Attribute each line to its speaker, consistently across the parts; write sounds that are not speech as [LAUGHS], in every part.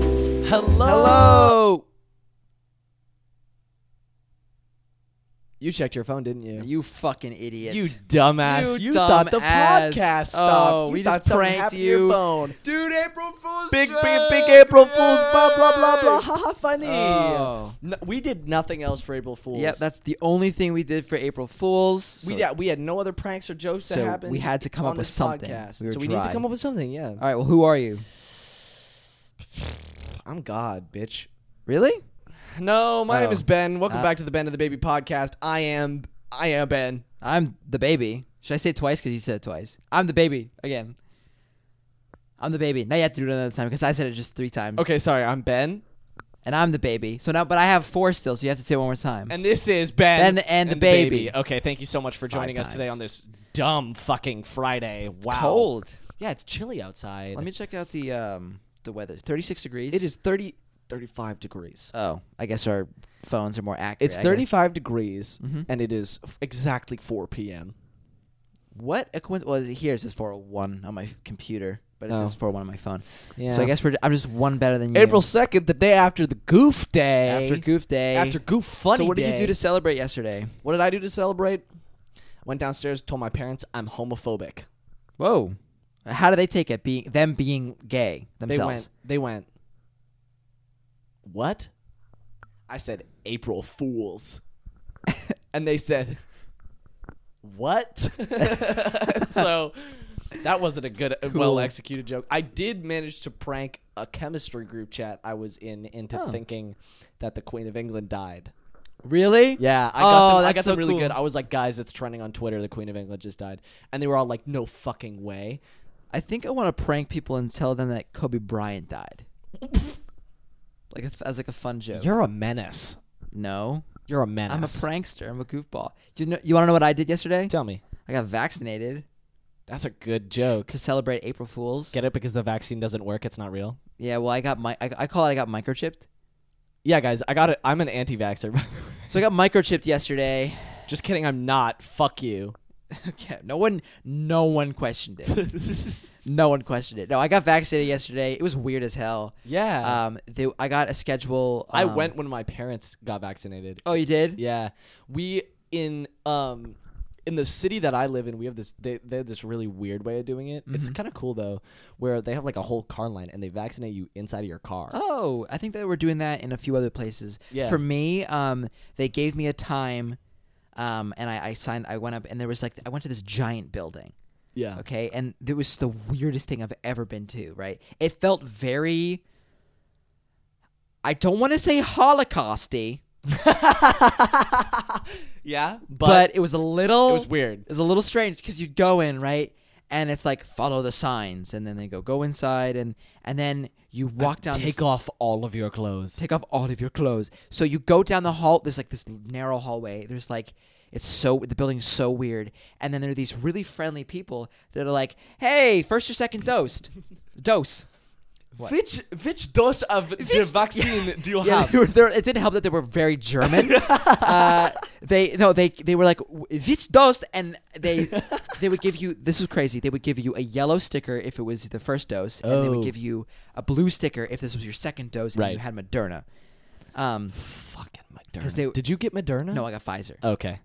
Speaker 1: Hello.
Speaker 2: Hello. You checked your phone, didn't you?
Speaker 1: You fucking idiot.
Speaker 2: You dumbass.
Speaker 1: You
Speaker 2: You
Speaker 1: dumb
Speaker 2: thought the
Speaker 1: ass.
Speaker 2: podcast
Speaker 1: Oh,
Speaker 2: stopped. you
Speaker 1: we
Speaker 2: thought
Speaker 1: just
Speaker 2: something
Speaker 1: pranked
Speaker 2: happened to your
Speaker 1: you.
Speaker 2: phone.
Speaker 1: Dude, April Fool's
Speaker 2: Big, big, big April Fools. Blah, blah, blah, blah. Ha ha, funny.
Speaker 1: Oh.
Speaker 2: No, we did nothing else for April Fools.
Speaker 1: Yep, that's the only thing we did for April Fools.
Speaker 2: we,
Speaker 1: so-
Speaker 2: yeah, we had no other pranks or jokes
Speaker 1: So
Speaker 2: that happened.
Speaker 1: we had to come
Speaker 2: on
Speaker 1: up with
Speaker 2: this
Speaker 1: something.
Speaker 2: podcast.
Speaker 1: We were
Speaker 2: so we need
Speaker 1: dry.
Speaker 2: to come up with something, yeah.
Speaker 1: All right, well, who are you?
Speaker 2: I'm God, bitch.
Speaker 1: Really?
Speaker 2: [LAUGHS] No, my name
Speaker 1: Oh.
Speaker 2: is Ben. Welcome
Speaker 1: Uh,
Speaker 2: back to the Ben and the Baby podcast. I am I am Ben.
Speaker 1: I'm the baby. Should I say it twice? Because you said it twice. I'm the baby again. I'm the baby. Now you have to do it another time because I said it just three times.
Speaker 2: Okay, sorry, I'm Ben.
Speaker 1: And I'm the baby. So now, but I have four still, so you have to say it one more time.
Speaker 2: And this is Ben.
Speaker 1: Ben and the baby.
Speaker 2: Okay, thank you so much for joining us today
Speaker 1: times.
Speaker 2: on this dumb fucking Friday. Wow.
Speaker 1: cold.
Speaker 2: Yeah, it's chilly outside.
Speaker 1: Let me check out the um the weather. 36 degrees.
Speaker 2: it is 30 35 degrees.
Speaker 1: Oh, I guess our phones are more accurate.
Speaker 2: It's
Speaker 1: I guess.
Speaker 2: 35 degrees
Speaker 1: Mhm.
Speaker 2: and it is f- exactly 4 p.m.
Speaker 1: What a coincidence. Well, here it says 401 on my computer, but it
Speaker 2: Oh.
Speaker 1: says 401 on my phone.
Speaker 2: Yeah.
Speaker 1: So I guess we're, I'm just one better than you.
Speaker 2: April 2nd, the day after the goof day.
Speaker 1: After Goof Day.
Speaker 2: After goof
Speaker 1: So
Speaker 2: funny
Speaker 1: what did you
Speaker 2: Day.
Speaker 1: do to celebrate yesterday?
Speaker 2: What did I do to celebrate? Went downstairs, told my parents I'm homophobic.
Speaker 1: Whoa. How do they take it? Being them being gay
Speaker 2: They
Speaker 1: themselves.
Speaker 2: went. They went. What? I said April Fools, [LAUGHS] and they said, "What?" [LAUGHS] so that wasn't a good, uh, well executed joke. I did manage to prank a chemistry group chat I was in into
Speaker 1: Oh.
Speaker 2: thinking that the Queen of England died.
Speaker 1: Really?
Speaker 2: Yeah, I got
Speaker 1: Oh,
Speaker 2: them, I
Speaker 1: that's
Speaker 2: got them
Speaker 1: so
Speaker 2: really
Speaker 1: cool.
Speaker 2: good. I was like, guys, it's trending on Twitter. The Queen of England just died, and they were all like, "No fucking way."
Speaker 1: I think I want to prank people and tell them that Kobe Bryant died. [LAUGHS] like a, as like a fun joke.
Speaker 2: You're a menace.
Speaker 1: no.
Speaker 2: You're a menace.
Speaker 1: I'm a prankster. I'm a goofball. You know you want to know what I did yesterday?
Speaker 2: Tell me.
Speaker 1: I got vaccinated
Speaker 2: That's a good joke.
Speaker 1: to celebrate April Fools.
Speaker 2: Get it because the vaccine doesn't work. It's not real.
Speaker 1: yeah, well I got my I, I call it I got microchipped.
Speaker 2: Yeah, guys, I got it. I'm an anti-vaxxer. [LAUGHS] by the way.
Speaker 1: So I got microchipped yesterday. [LAUGHS]
Speaker 2: Just kidding. I'm not. Fuck [LAUGHS] you.
Speaker 1: okay, no one no one questioned
Speaker 2: [LAUGHS]
Speaker 1: it. No one questioned it. No, I got vaccinated yesterday. It was weird as hell.
Speaker 2: yeah.
Speaker 1: Um, they, I got a schedule.
Speaker 2: I
Speaker 1: um,
Speaker 2: went when my parents got vaccinated.
Speaker 1: Oh, you did?
Speaker 2: Yeah, we in um in the city that I live in, we have this they they have this really weird way of doing it. It's kind of cool though, where they have like a whole car line and they vaccinate you inside of your car.
Speaker 1: Oh, I think they were doing that in a few other places.
Speaker 2: Yeah.
Speaker 1: For me, um, they gave me a time, um, and I, I signed. I went up, and there was like I went to this giant building.
Speaker 2: yeah.
Speaker 1: Okay, and it was the weirdest thing I've ever been to. Right? It felt very. I don't want to say Holocausty,
Speaker 2: yeah, but,
Speaker 1: but, it was a little.
Speaker 2: it was weird.
Speaker 1: It's a little strange because you'd go in right, and it's like follow the signs, and then they go go inside, and and then you walk down. this-
Speaker 2: Uh, Take off all of your clothes.
Speaker 1: take off all of your clothes. So you go down the hall. There's like this narrow hallway. There's like it's so the building's so weird. And then there are these really friendly people that are like, "Hey, first or second dose, dose." What?
Speaker 2: Which which dose of the vaccine
Speaker 1: [LAUGHS]
Speaker 2: [LAUGHS] do you
Speaker 1: Yeah,
Speaker 2: have?
Speaker 1: they were, they were- it didn't help that they were very
Speaker 2: [LAUGHS]
Speaker 1: German. uh, they no, they they were like "Which dose?" and
Speaker 2: [LAUGHS]
Speaker 1: they they would give you. This is crazy. They would give you a yellow sticker if it was the first dose, and they
Speaker 2: Oh.
Speaker 1: would give you a blue sticker if this was your second dose and
Speaker 2: Right.
Speaker 1: you had Moderna. Um,
Speaker 2: Fucking Moderna.
Speaker 1: 'Cause they-
Speaker 2: Did you get Moderna?
Speaker 1: no, I got Pfizer.
Speaker 2: Okay.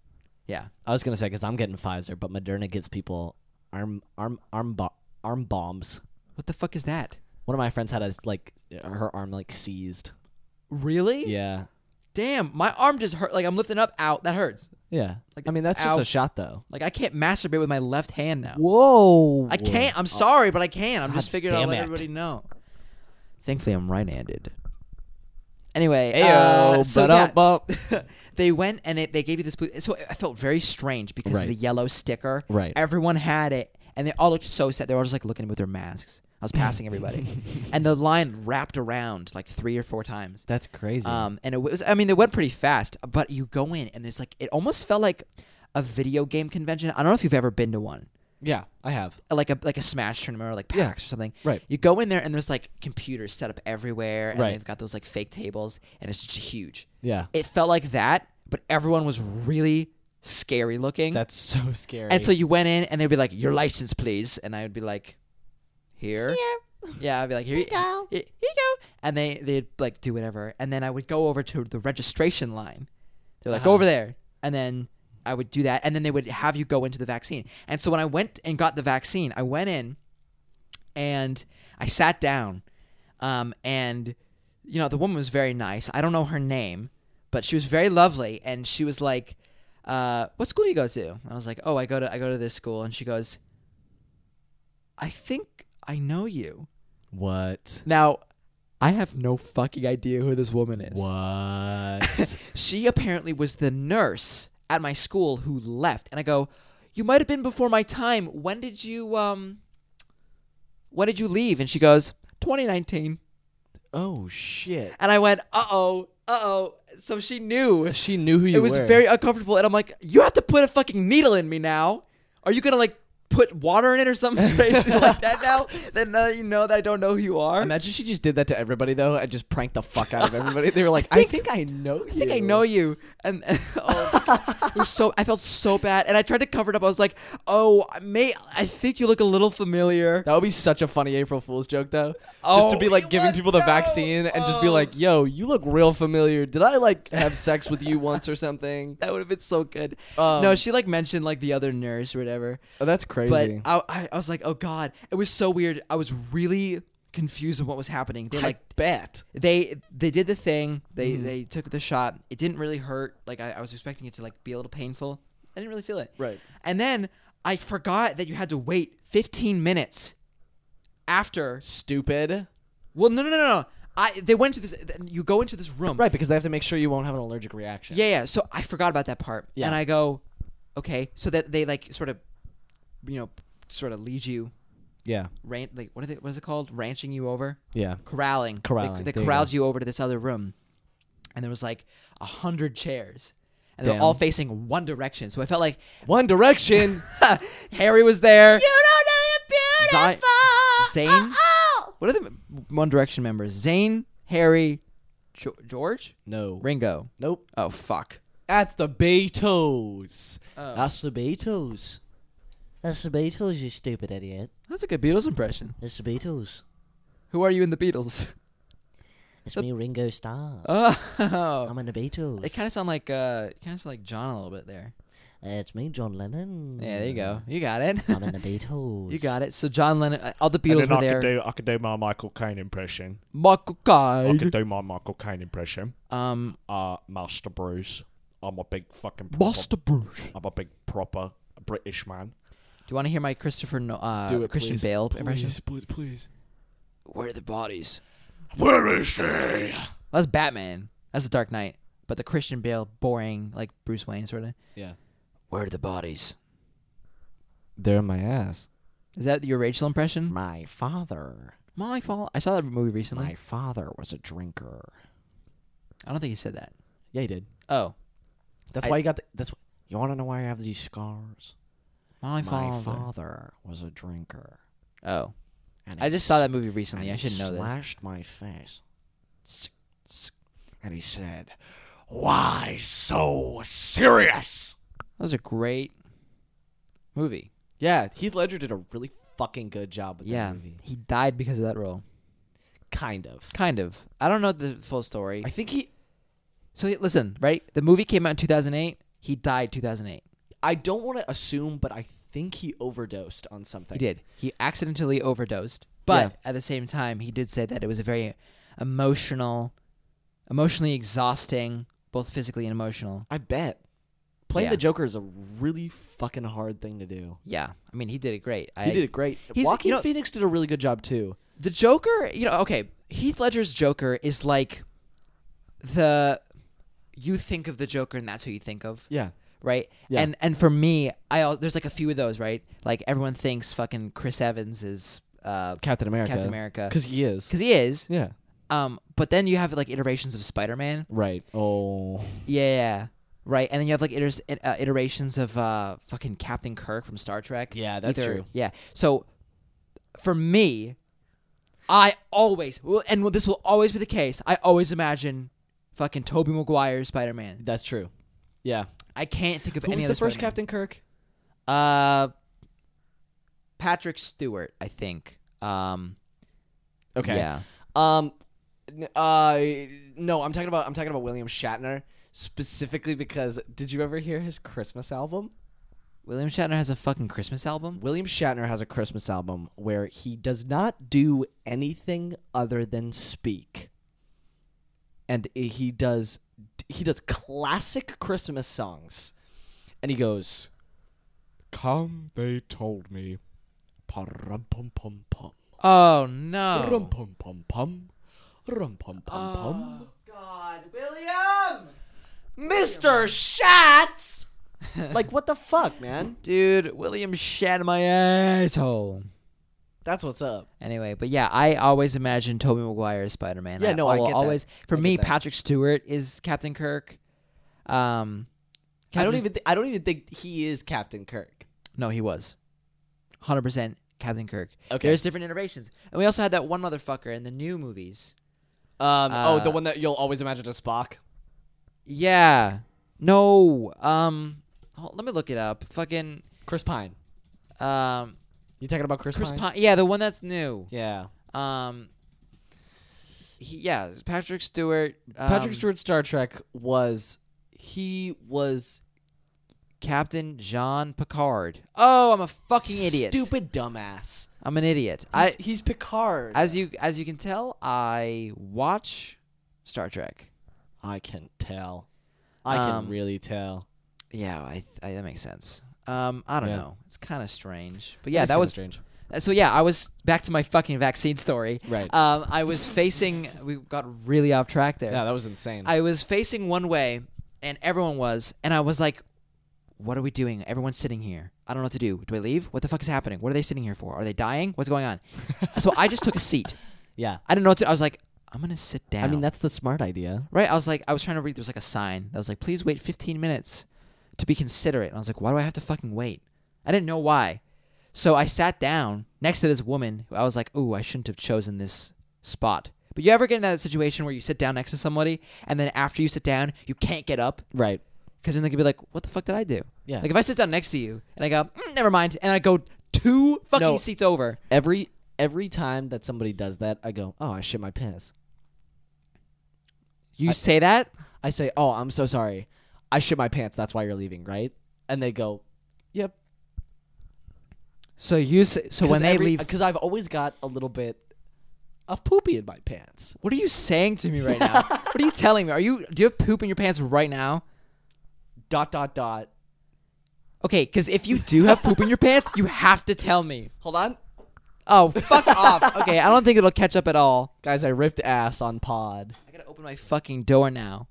Speaker 1: Yeah.
Speaker 2: I was gonna say because I'm getting Pfizer, but Moderna gives people arm arm arm bo- arm bombs.
Speaker 1: What the fuck is that?
Speaker 2: One of my friends had a like her arm like seized.
Speaker 1: Really?
Speaker 2: Yeah.
Speaker 1: Damn, my arm just hurt. Like I'm lifting up, out. That hurts.
Speaker 2: Yeah.
Speaker 1: Like,
Speaker 2: I mean that's just
Speaker 1: ow.
Speaker 2: a shot though.
Speaker 1: Like I can't masturbate with my left hand now.
Speaker 2: Whoa.
Speaker 1: I can't. I'm sorry, but I can. I'm just
Speaker 2: uh, God
Speaker 1: figuring I'll
Speaker 2: damn
Speaker 1: let
Speaker 2: it.
Speaker 1: everybody know. Thankfully, I'm right-handed. Anyway,
Speaker 2: Ayo,
Speaker 1: uh, so yeah, [LAUGHS]
Speaker 2: ba-dum-bum.
Speaker 1: they went and they, they gave you this blue. So I felt very strange because
Speaker 2: Right.
Speaker 1: of the yellow sticker.
Speaker 2: Right.
Speaker 1: Everyone had it, and they all looked so sad. They were all just like looking at me with their masks. I was passing everybody,
Speaker 2: [LAUGHS]
Speaker 1: and the line wrapped around like three or four times.
Speaker 2: That's crazy.
Speaker 1: Um, and it was, I mean, they went pretty fast, but you go in and there's like, it almost felt like a video game convention. I don't know if you've ever been to one,
Speaker 2: yeah, I have.
Speaker 1: like a like a Smash tournament or like PAX
Speaker 2: Yeah,
Speaker 1: or something.
Speaker 2: right.
Speaker 1: You go in there and there's like computers set up everywhere, and
Speaker 2: Right.
Speaker 1: they've got those like fake tables, and it's just huge.
Speaker 2: Yeah.
Speaker 1: It felt like that, but everyone was really scary looking.
Speaker 2: That's so scary.
Speaker 1: and so you went in and they'd be like, "Your license, please," and I would be like, "Here." Yeah, I'd be like, "Here, here you go." Here you go. and they they'd like do whatever, and then I would go over to the registration line. They're like,
Speaker 2: Uh-huh.
Speaker 1: "Go over there," and then I would do that, and then they would have you go into the vaccine. And so when I went and got the vaccine, I went in and I sat down, um, and you know the woman was very nice. I don't know her name, but she was very lovely, and she was like, uh, "What school do you go to?" And I was like, "Oh, I go to I go to this school," and she goes, "I think I know you."
Speaker 2: What?
Speaker 1: Now, I have no fucking idea who this woman is.
Speaker 2: What? [LAUGHS]
Speaker 1: She apparently was the nurse at my school who left, and I go, "You might have been before my time. When did you um? When did you leave?" And she goes, "2019."
Speaker 2: oh shit!
Speaker 1: And I went, "Uh oh, uh oh." So she knew.
Speaker 2: She knew who you
Speaker 1: It was
Speaker 2: were.
Speaker 1: very uncomfortable, and I'm like, "You have to put a fucking needle in me now. Are you gonna like?" Put water in it or something [LAUGHS] crazy like that now. Then now that you know that I don't know who you are.
Speaker 2: Imagine she just did that to everybody though, and just pranked the fuck out of everybody. They were [LAUGHS] like,
Speaker 1: I
Speaker 2: "I
Speaker 1: think-
Speaker 2: think I know.
Speaker 1: I think I know you. And, [LAUGHS] and- oh, it was so I felt so bad, and I tried to cover it up. I was like, "Oh, I may I think you look a little familiar."
Speaker 2: That would be such a funny April Fool's joke though. just
Speaker 1: Oh,
Speaker 2: to be like
Speaker 1: it
Speaker 2: giving
Speaker 1: was-
Speaker 2: people the
Speaker 1: no.
Speaker 2: vaccine and just be
Speaker 1: Oh.
Speaker 2: like, "Yo, you look real familiar. Did I like have sex with you once or something?"
Speaker 1: That would have been so good.
Speaker 2: Um,
Speaker 1: no, she like mentioned like the other nurse or whatever,
Speaker 2: Oh, that's crazy.
Speaker 1: but I, I I was like, "Oh God, it was so weird." I was really confused on what was happening. They like
Speaker 2: bet.
Speaker 1: they they did the thing. They
Speaker 2: Mhm.
Speaker 1: they took the shot. It didn't really hurt. Like I, I was expecting it to like be a little painful. I didn't really feel it.
Speaker 2: Right.
Speaker 1: And then I forgot that you had to wait 15 minutes after.
Speaker 2: Stupid.
Speaker 1: Well, no, no, no, no. I they went to this. You go into this room.
Speaker 2: Right, because they have to make sure you won't have an allergic reaction.
Speaker 1: Yeah, yeah. So I forgot about that part,
Speaker 2: Yeah.
Speaker 1: and I go, okay. So that they like sort of, you know, sort of lead you,
Speaker 2: Yeah.
Speaker 1: ran- like what are they, what is it called? Ranching you over,
Speaker 2: Yeah.
Speaker 1: corralling, They-
Speaker 2: Corralling,
Speaker 1: They,
Speaker 2: there you
Speaker 1: corralled you over to this other room, and there was like a hundred chairs, and they're
Speaker 2: Damn.
Speaker 1: all facing one direction. So I felt like [LAUGHS]
Speaker 2: One Direction.
Speaker 1: Harry was there.
Speaker 3: You don't know you're
Speaker 1: Zi-
Speaker 3: beautiful.
Speaker 1: Zayn?
Speaker 3: Oh,
Speaker 1: What are the One Direction members? Zayn, Harry, jo- George,
Speaker 2: [LAUGHS] no.
Speaker 1: Ringo.
Speaker 2: Nope.
Speaker 1: Oh fuck.
Speaker 2: That's the Beatles.
Speaker 1: Oh.
Speaker 2: That's the Beatles.
Speaker 3: That's the Beatles, you stupid idiot.
Speaker 1: That's a good Beatles impression.
Speaker 3: That's the Beatles.
Speaker 1: Who are you in the Beatles? [LAUGHS]
Speaker 3: It's
Speaker 1: The-
Speaker 3: me, Ringo Starr.
Speaker 1: Oh,
Speaker 3: I'm in the Beatles.
Speaker 1: they kind of sound like uh, kind of sound like John a little bit there.
Speaker 3: Uh, it's me, John Lennon.
Speaker 1: Yeah, there you go. You got it. [LAUGHS]
Speaker 3: I'm in the Beatles.
Speaker 1: you got it. So John Lennon, uh, all the Beatles were there.
Speaker 4: I could do my Michael Caine impression.
Speaker 1: Michael
Speaker 4: I could
Speaker 1: Caine.
Speaker 4: do my Michael Caine impression.
Speaker 1: Um,
Speaker 4: Uh, Master Bruce. I'm a big fucking proper,
Speaker 1: Master Bruce. Do
Speaker 4: I'm a big proper British man.
Speaker 1: you want to hear my Christopher no- uh,
Speaker 2: Do it,
Speaker 1: Christian
Speaker 2: please.
Speaker 1: Bale impression?
Speaker 2: Please, please, please.
Speaker 1: Where are the bodies?
Speaker 4: Where is he?
Speaker 1: Well, that's Batman. That's the Dark Knight. But the Christian Bale, boring like Bruce Wayne sort of.
Speaker 2: Yeah.
Speaker 1: Where are the bodies?
Speaker 2: They're in my ass.
Speaker 1: Is that your Rachel impression?
Speaker 2: My father.
Speaker 1: My fault. I saw that movie recently.
Speaker 2: My father was a drinker.
Speaker 1: I don't think he said that.
Speaker 2: Yeah, he did.
Speaker 1: Oh,
Speaker 2: That's
Speaker 1: I-
Speaker 2: why you got. The, that's wh- you want to know why I have these scars.
Speaker 1: my,
Speaker 2: My
Speaker 1: father.
Speaker 2: father was a drinker.
Speaker 1: Oh,
Speaker 2: And
Speaker 1: I
Speaker 2: he
Speaker 1: just saw
Speaker 2: s-
Speaker 1: that movie recently.
Speaker 2: and
Speaker 1: I
Speaker 2: he
Speaker 1: should know this.
Speaker 2: Slashed my face. Sk- sk- And he said, "Why so serious?"
Speaker 1: That was a great movie.
Speaker 2: Yeah, Heath Ledger did a really fucking good job with
Speaker 1: yeah,
Speaker 2: that movie.
Speaker 1: he died because of that role.
Speaker 2: Kind of.
Speaker 1: Kind of. I don't know the full story.
Speaker 2: I think he.
Speaker 1: So hey, listen, right? The movie came out in 2008. He died 2008.
Speaker 2: I don't want to assume, but I think he overdosed on something.
Speaker 1: He did. He accidentally overdosed, but at the same time, he did say that it was a very emotional, emotionally exhausting, both physically and emotional.
Speaker 2: I bet. Playing
Speaker 1: Yeah.
Speaker 2: the Joker is a really fucking hard thing to do.
Speaker 1: Yeah, I mean, he did it great.
Speaker 2: He
Speaker 1: I,
Speaker 2: did it great.
Speaker 1: he's-
Speaker 2: Joaquin
Speaker 1: you know-
Speaker 2: Phoenix did a really good job too.
Speaker 1: The Joker, you know, okay, Heath Ledger's Joker is like the you think of the Joker and that's who you think of,
Speaker 2: Yeah.
Speaker 1: right?
Speaker 2: Yeah.
Speaker 1: And and for me, I al- there's like a few of those, right? Like everyone thinks fucking Chris Evans is uh
Speaker 2: Captain America.
Speaker 1: Captain America
Speaker 2: Because he is.
Speaker 1: cuz he is.
Speaker 2: yeah.
Speaker 1: Um but then you have like iterations of Spider-Man.
Speaker 2: Right. Oh.
Speaker 1: Yeah, yeah, yeah. Right, and then you have like iters, it- uh, iterations of uh, fucking Captain Kirk from Star Trek.
Speaker 2: Yeah, that's
Speaker 1: Either-
Speaker 2: true.
Speaker 1: Yeah, so for me, I always well, and this will always be the case. I always imagine fucking Toby Maguire Spider Man.
Speaker 2: That's true. Yeah.
Speaker 1: I can't think of
Speaker 2: Who
Speaker 1: any
Speaker 2: was
Speaker 1: other
Speaker 2: the 1st
Speaker 1: Spider-Man.
Speaker 2: Captain Kirk?
Speaker 1: Uh, Patrick Stewart, I think. Um,
Speaker 2: Okay.
Speaker 1: yeah,
Speaker 2: Um, N- Uh, no, I'm talking about I'm talking about William Shatner specifically because did you ever hear his Christmas album?
Speaker 1: William Shatner has a fucking Christmas album.
Speaker 2: William Shatner has a Christmas album where he does not do anything other than speak. And he does he does classic Christmas songs. And he goes,
Speaker 4: Come, they told me. Parum pum pum pum.
Speaker 1: Oh
Speaker 4: Rum
Speaker 1: no.
Speaker 4: pum pum pum. Rum pum pum pum.
Speaker 1: God, William.
Speaker 2: "Mr. [LAUGHS] Shats!" like what the fuck, man?
Speaker 1: Dude, William Shatner my asshole.
Speaker 2: That's what's up.
Speaker 1: Anyway, but yeah, I always imagine Tobey Maguire as Spider Man.
Speaker 2: Yeah, no, I get that.
Speaker 1: always for
Speaker 2: I get
Speaker 1: me,
Speaker 2: that.
Speaker 1: Patrick Stewart is Captain Kirk. Um,
Speaker 2: I don't
Speaker 1: Captain-
Speaker 2: even thi- I don't even think he is Captain Kirk.
Speaker 1: No, he was, hundred percent Captain Kirk.
Speaker 2: Okay.
Speaker 1: There's different iterations, and we also had that one motherfucker in the new movies.
Speaker 2: Um, oh, the
Speaker 1: Uh,
Speaker 2: one that you'll always imagine as Spock.
Speaker 1: Yeah. No. Um. hold- let me look it up. Fucking.
Speaker 2: Chris Pine.
Speaker 1: Um.
Speaker 2: You talking about Chris,
Speaker 1: Chris
Speaker 2: Pine?
Speaker 1: Pine. Yeah, the one that's new.
Speaker 2: Yeah.
Speaker 1: Um. He, yeah, Patrick Stewart. Um,
Speaker 2: Patrick Stewart Star Trek was he was
Speaker 1: Captain Jean Picard. Oh, I'm a fucking idiot.
Speaker 2: Stupid dumbass.
Speaker 1: I'm an idiot.
Speaker 2: I,
Speaker 1: I
Speaker 2: he's, he's Picard.
Speaker 1: as you as you can tell, I watch Star Trek.
Speaker 2: I can tell. I can
Speaker 1: Um,
Speaker 2: really tell.
Speaker 1: Yeah, I, I that makes sense. Um, I don't
Speaker 2: Yeah.
Speaker 1: know. It's kind of strange, but
Speaker 2: It
Speaker 1: yeah, that
Speaker 2: kinda
Speaker 1: was [LAUGHS]
Speaker 2: strange.
Speaker 1: so. Yeah, I was back to my fucking vaccine story.
Speaker 2: Right.
Speaker 1: Um, I was facing. we got really off track there.
Speaker 2: Yeah, that was insane.
Speaker 1: I was facing one way, and everyone was, and I was like, "What are we doing? Everyone's sitting here. I don't know what to do. Do I leave? What the fuck is happening? What are they sitting here for? Are they dying? What's
Speaker 2: [LAUGHS]
Speaker 1: going on?" so I just took a seat.
Speaker 2: yeah.
Speaker 1: I didn't know what to. I was like, "I'm gonna sit down."
Speaker 2: I mean, that's the smart idea.
Speaker 1: Right? I was like, I was trying to read. There was like a sign that was like, please wait 15 minutes to be considerate. And I was like, why do I have to fucking wait? I didn't know why. So I sat down next to this woman. who I was like, ooh, I shouldn't have chosen this spot. But you ever get in that situation where you sit down next to somebody and then after you sit down, you can't get up?
Speaker 2: Right.
Speaker 1: Because then they could be like, what the fuck did I do?
Speaker 2: Yeah.
Speaker 1: Like if I sit down next to you and I go, mm, never mind, and I go two fucking
Speaker 2: No.
Speaker 1: seats over.
Speaker 2: Every every time that somebody does that, I go, "Oh, I shit my pants."
Speaker 1: You say that?
Speaker 2: I say, "Oh, I'm so sorry. I shit my pants. That's why you're leaving, right?" And they go, "Yep."
Speaker 1: So you say,
Speaker 2: [LAUGHS]
Speaker 1: so when they leave,
Speaker 2: because I've always got a little bit of poopy in my pants.
Speaker 1: What are you saying to me right now? what are you telling me? Are you do you have poop in your pants right now?
Speaker 2: Dot dot dot.
Speaker 1: Okay, because if you do have poop in your pants, you have to tell me.
Speaker 2: Hold on,
Speaker 1: Oh, fuck off. Okay, I don't think it'll catch up at all.
Speaker 2: guys. I ripped ass on pod.
Speaker 1: I gotta open my fucking door now.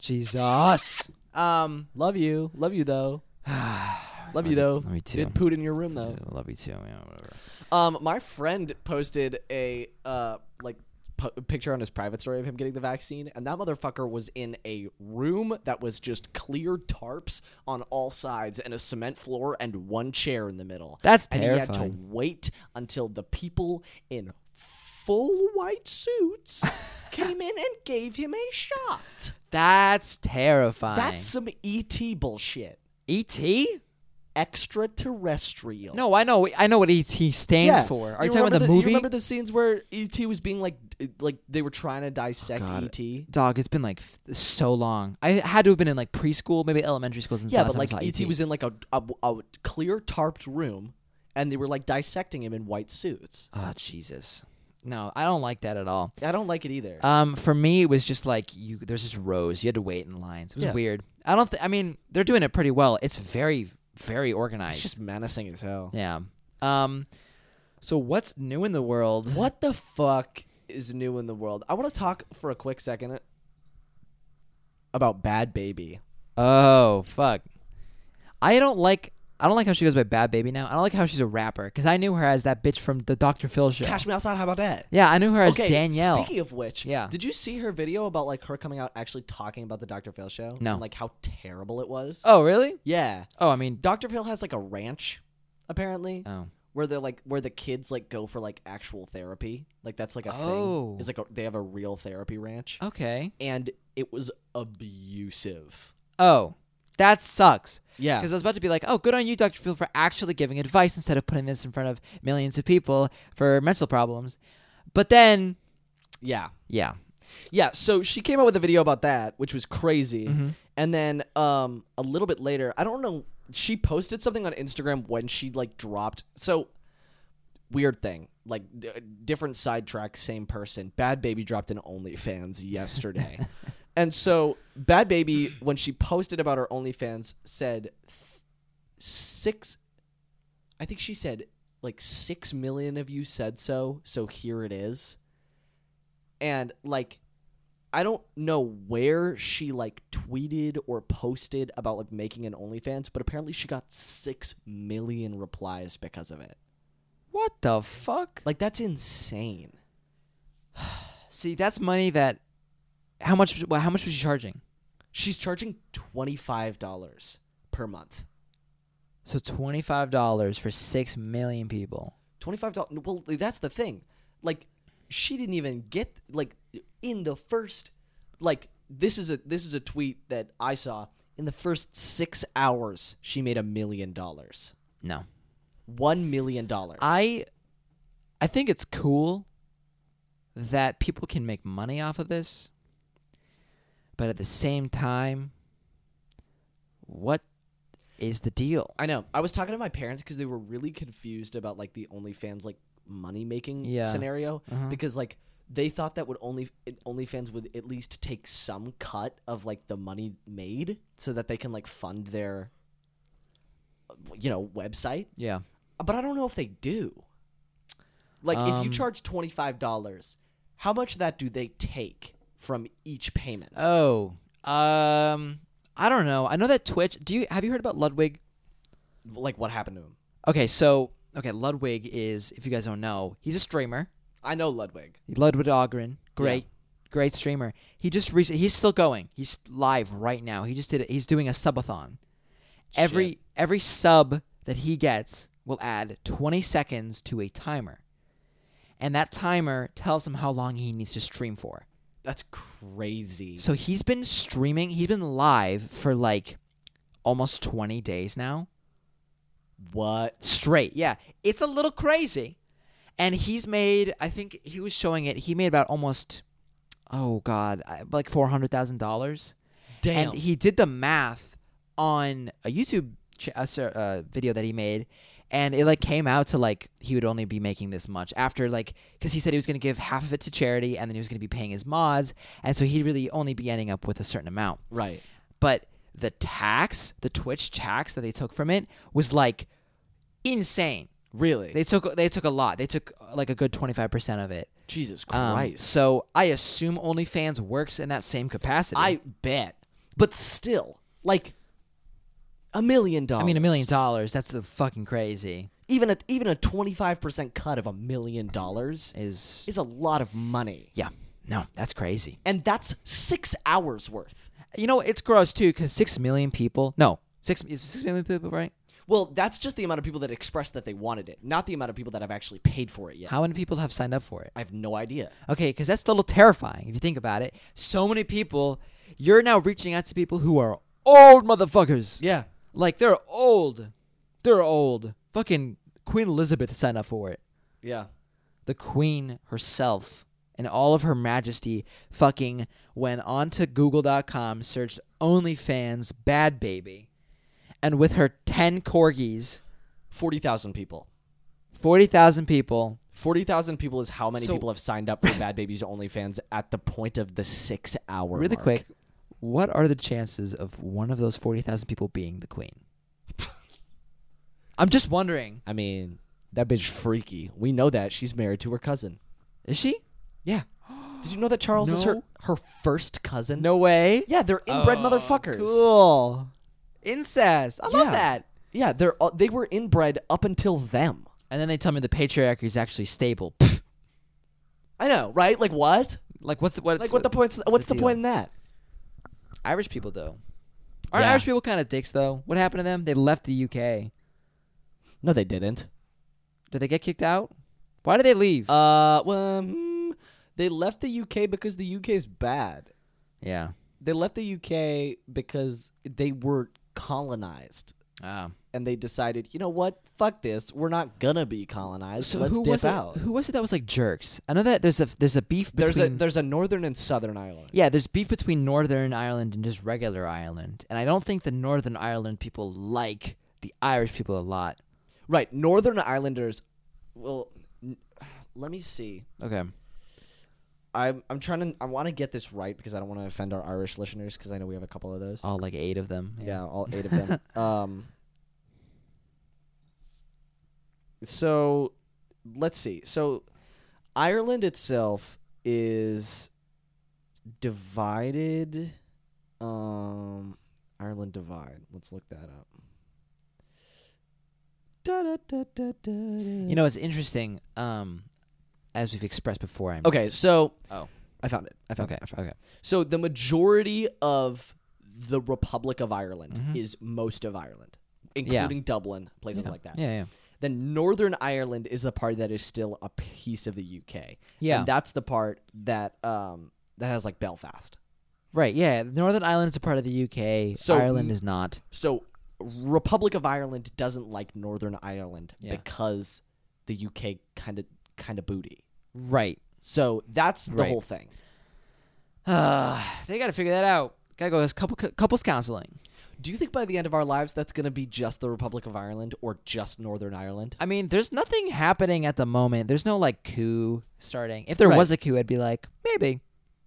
Speaker 1: Jesus. Um.
Speaker 2: Love you. Love you [SIGHS] though. Love you though.
Speaker 1: Love you too.
Speaker 2: Did poot in your room though.
Speaker 1: Love you too. Yeah, whatever.
Speaker 2: Um, my friend posted a uh like po- picture on his private story of him getting the vaccine, and that motherfucker was in a room that was just clear tarps on all sides and a cement floor and one chair in the middle.
Speaker 1: That's
Speaker 2: and he had to
Speaker 1: terrifying.
Speaker 2: wait until the people in full
Speaker 1: [LAUGHS]
Speaker 2: white suits came in and gave him a shot.
Speaker 1: That's terrifying.
Speaker 2: That's some ET bullshit.
Speaker 1: ET.
Speaker 2: Extraterrestrial.
Speaker 1: No, I know. I know what ET stands for. Are you, talking
Speaker 2: remember
Speaker 1: about the, movie?
Speaker 2: You remember the scenes where ET was being like, d- like they were trying to dissect E
Speaker 1: God.
Speaker 2: ET?
Speaker 1: Dog, it's been like f- so long. I had to have been in like preschool, maybe elementary school. Since the
Speaker 2: Yeah,
Speaker 1: last
Speaker 2: but
Speaker 1: time I
Speaker 2: like
Speaker 1: saw E
Speaker 2: ET was in like a, a a clear tarped room, and they were like dissecting him in white suits.
Speaker 1: Oh Jesus. No, I don't like that at all.
Speaker 2: I don't like it either.
Speaker 1: Um, for me, it was just like you. There's just rows. You had to wait in lines. It was
Speaker 2: Yeah.
Speaker 1: weird. I don't. Th- I mean, they're doing it pretty well. It's very, very organized.
Speaker 2: it's just menacing as hell.
Speaker 1: yeah. Um. So what's new in the world?
Speaker 2: What the fuck is new in the world? I want to talk for a quick second about Bad Baby.
Speaker 1: Oh fuck. I don't like. I don't like how she goes by Bad Baby now. I don't like how she's a rapper because I knew her as that bitch from the Dr. Phil show.
Speaker 2: Cash me outside. How about that?
Speaker 1: yeah, I knew her as
Speaker 2: okay,
Speaker 1: Danielle.
Speaker 2: Speaking of which,
Speaker 1: Yeah.
Speaker 2: did you see her video about like her coming out actually talking about the Dr. Phil show?
Speaker 1: No.
Speaker 2: and, like how terrible it was.
Speaker 1: oh really?
Speaker 2: Yeah.
Speaker 1: Oh, I mean,
Speaker 2: Dr. Phil has like a ranch, apparently,
Speaker 1: oh.
Speaker 2: where they're like where the kids like go for like actual therapy. Like that's like a
Speaker 1: Oh.
Speaker 2: thing. It's like a, they have a real therapy ranch,
Speaker 1: Okay.
Speaker 2: and it was abusive.
Speaker 1: Oh, that sucks.
Speaker 2: Yeah.
Speaker 1: Because I was about to be like, oh, good on you, Dr. Phil, for actually giving advice instead of putting this in front of millions of people for mental problems. But then
Speaker 2: Yeah.
Speaker 1: Yeah.
Speaker 2: Yeah, so she came out with a video about that, which was crazy.
Speaker 1: Mm-hmm.
Speaker 2: And then um, a little bit later, I don't know, she posted something on Instagram when she like dropped. So weird thing, like d- different sidetrack, same person. Bad Baby dropped an OnlyFans yesterday, and so Bad Baby, when she posted about her OnlyFans, said th- six. I think she said like six million of you said so, so here it is and like I don't know where she like tweeted or posted about like making an OnlyFans, but apparently she got six million replies because of it.
Speaker 1: What the fuck?
Speaker 2: Like that's insane.
Speaker 1: See, that's money that. How much? Well, how much was she charging?
Speaker 2: She's charging twenty five dollars per month.
Speaker 1: So twenty five dollars for six million people.
Speaker 2: Twenty five dollars. Well, that's the thing. Like she didn't even get like in the first like this is a this is a tweet that I saw in the first six hours she made a million dollars.
Speaker 1: No,
Speaker 2: One million dollars.
Speaker 1: I, I think it's cool that people can make money off of this, but at the same time, what is the deal?
Speaker 2: I know. I was talking to my parents because they were really confused about like the OnlyFans like money making
Speaker 1: Yeah.
Speaker 2: scenario
Speaker 1: Uh-huh.
Speaker 2: because like they thought that would only it- OnlyFans would at least take some cut of like the money made so that they can like fund their you know website.
Speaker 1: Yeah,
Speaker 2: But I don't know if they do. Like if you
Speaker 1: Um,
Speaker 2: charge twenty five dollars, how much of that do they take from each payment?
Speaker 1: Oh, um, I don't know. I know that Twitch. Do you have you heard about Ludwig?
Speaker 2: like what happened to him?
Speaker 1: Okay, so okay, Ludwig is if you guys don't know, he's a streamer.
Speaker 2: I know Ludwig.
Speaker 1: Ludwig Ogren, great, great streamer. He just recently he's still going. He's live right now. He just did it. He's doing a subathon. Every
Speaker 2: Shit.
Speaker 1: every sub that he gets will add 20 seconds to a timer. And that timer tells him how long he needs to stream for.
Speaker 2: That's crazy.
Speaker 1: So he's been streaming, he's been live for like almost 20 days now.
Speaker 2: What?
Speaker 1: straight. Yeah, it's a little crazy, and he's made. I think he was showing it. He made about almost, oh god, I- like four hundred thousand dollars.
Speaker 2: Damn.
Speaker 1: And he did the math on a YouTube ch- uh, ser- uh, video that he made, and it like came out to like he would only be making this much after like because he said he was going to give half of it to charity, and then he was going to be paying his mods, and so he'd really only be ending up with a certain amount
Speaker 2: Right.
Speaker 1: but the tax, the Twitch tax that they took from it was like insane.
Speaker 2: Really?
Speaker 1: They took they took a lot. They took uh, like a good 25% of it.
Speaker 2: Jesus
Speaker 1: Um,
Speaker 2: Christ.
Speaker 1: so I assume OnlyFans works in that same capacity.
Speaker 2: I bet. But still, like a million dollars.
Speaker 1: I mean a million dollars, that's the fucking crazy
Speaker 2: Even a even a twenty five percent cut of a million dollars
Speaker 1: is
Speaker 2: is a lot of money.
Speaker 1: yeah. No, that's crazy.
Speaker 2: And that's six hours worth.
Speaker 1: You know, it's gross too cuz 6 million people. No, 6 is it 6 million people, right?
Speaker 2: Well, that's just the amount of people that expressed that they wanted it, not the amount of people that have actually paid for it yet.
Speaker 1: How many people have signed up for it?
Speaker 2: I have no idea.
Speaker 1: Okay, because that's a little terrifying if you think about it. So many people, you're now reaching out to people who are old motherfuckers.
Speaker 2: Yeah.
Speaker 1: Like, they're old. They're old. Fucking Queen Elizabeth signed up for it.
Speaker 2: Yeah.
Speaker 1: The Queen herself, in all of her majesty, fucking went onto Google.com, searched OnlyFans Bad Baby, and with her 10 corgis,
Speaker 2: Forty thousand people.
Speaker 1: 40,000 people,
Speaker 2: Forty thousand people is how many
Speaker 1: So-
Speaker 2: people have signed up for Bad Babies OnlyFans at the point of the six hour.
Speaker 1: really
Speaker 2: mark.
Speaker 1: quick, what are the chances of one of those 40,000 people being the queen? I'm just wondering.
Speaker 2: I mean, that bitch freaky. We know that she's married to her cousin.
Speaker 1: Is she?
Speaker 2: Yeah. [GASPS] Did you know that Charles is her
Speaker 1: No.
Speaker 2: her first cousin? Oh,
Speaker 1: No way.
Speaker 2: Yeah, they're inbred motherfuckers.
Speaker 1: Cool. Incest. I love
Speaker 2: Yeah.
Speaker 1: that.
Speaker 2: Yeah, they're all, they were inbred up until them.
Speaker 1: And then they tell me the patriarchy is actually stable. [LAUGHS] Pfft.
Speaker 2: I know, right? Like what?
Speaker 1: like what's the, what's
Speaker 2: like what the points? What's the,
Speaker 1: deal?
Speaker 2: point in that?
Speaker 1: Irish people though. Aren't
Speaker 2: Yeah.
Speaker 1: Irish people kind of dicks though? What happened to them? They left the UK.
Speaker 2: No, they didn't.
Speaker 1: Did they get kicked out? Why did they leave?
Speaker 2: Uh, well, mm, they left the UK because the UK is bad.
Speaker 1: yeah.
Speaker 2: They left the UK because they were colonized.
Speaker 1: Ah.
Speaker 2: and they decided, you know what? Fuck this. We're not gonna be colonized. So let's
Speaker 1: who
Speaker 2: dip
Speaker 1: was it-
Speaker 2: out.
Speaker 1: who was it that was like jerks? I know that there's a there's a beef between
Speaker 2: There's a there's a northern and southern Ireland.
Speaker 1: yeah there's beef between Northern Ireland and just regular Ireland, and I don't think the Northern Ireland people like the Irish people a lot.
Speaker 2: Right. Northern Islanders. Well, n- let me see.
Speaker 1: Okay,
Speaker 2: I'm I'm trying to I want to get this right because I don't want to offend our Irish listeners because I know we have a couple of those.
Speaker 1: all like eight of them.
Speaker 2: yeah,
Speaker 1: [LAUGHS]
Speaker 2: all eight of them. um, so let's see. So Ireland itself is divided. Um, Ireland divide. Let's look that up.
Speaker 1: You know, it's interesting. Um, as we've expressed before, I'm
Speaker 2: Okay, so
Speaker 1: Oh.
Speaker 2: I found it. I found
Speaker 1: okay,
Speaker 2: it. I found it.
Speaker 1: okay.
Speaker 2: So the majority of the Republic of Ireland
Speaker 1: Mhm.
Speaker 2: is most of Ireland, including Dublin, places like that.
Speaker 1: Yeah, yeah,
Speaker 2: Then Northern Ireland is the part that is still a piece of the UK.
Speaker 1: yeah.
Speaker 2: And that's the part that um that has like Belfast.
Speaker 1: right, yeah. Northern Ireland is a part of the UK.
Speaker 2: So,
Speaker 1: Ireland
Speaker 2: mm,
Speaker 1: is not.
Speaker 2: So Republic of Ireland doesn't like Northern Ireland
Speaker 1: Yeah.
Speaker 2: because the UK kind of kind of booty.
Speaker 1: Right.
Speaker 2: So that's the
Speaker 1: Right.
Speaker 2: whole thing.
Speaker 1: Uh, [SIGHS] they got to figure that out. Got to go. There's couple couples counseling.
Speaker 2: Do you think by the end of our lives that's going to be just the Republic of Ireland or just Northern Ireland?
Speaker 1: I mean, there's nothing happening at the moment. There's no like coup starting. If there
Speaker 2: Right.
Speaker 1: was a coup, I'd be like, maybe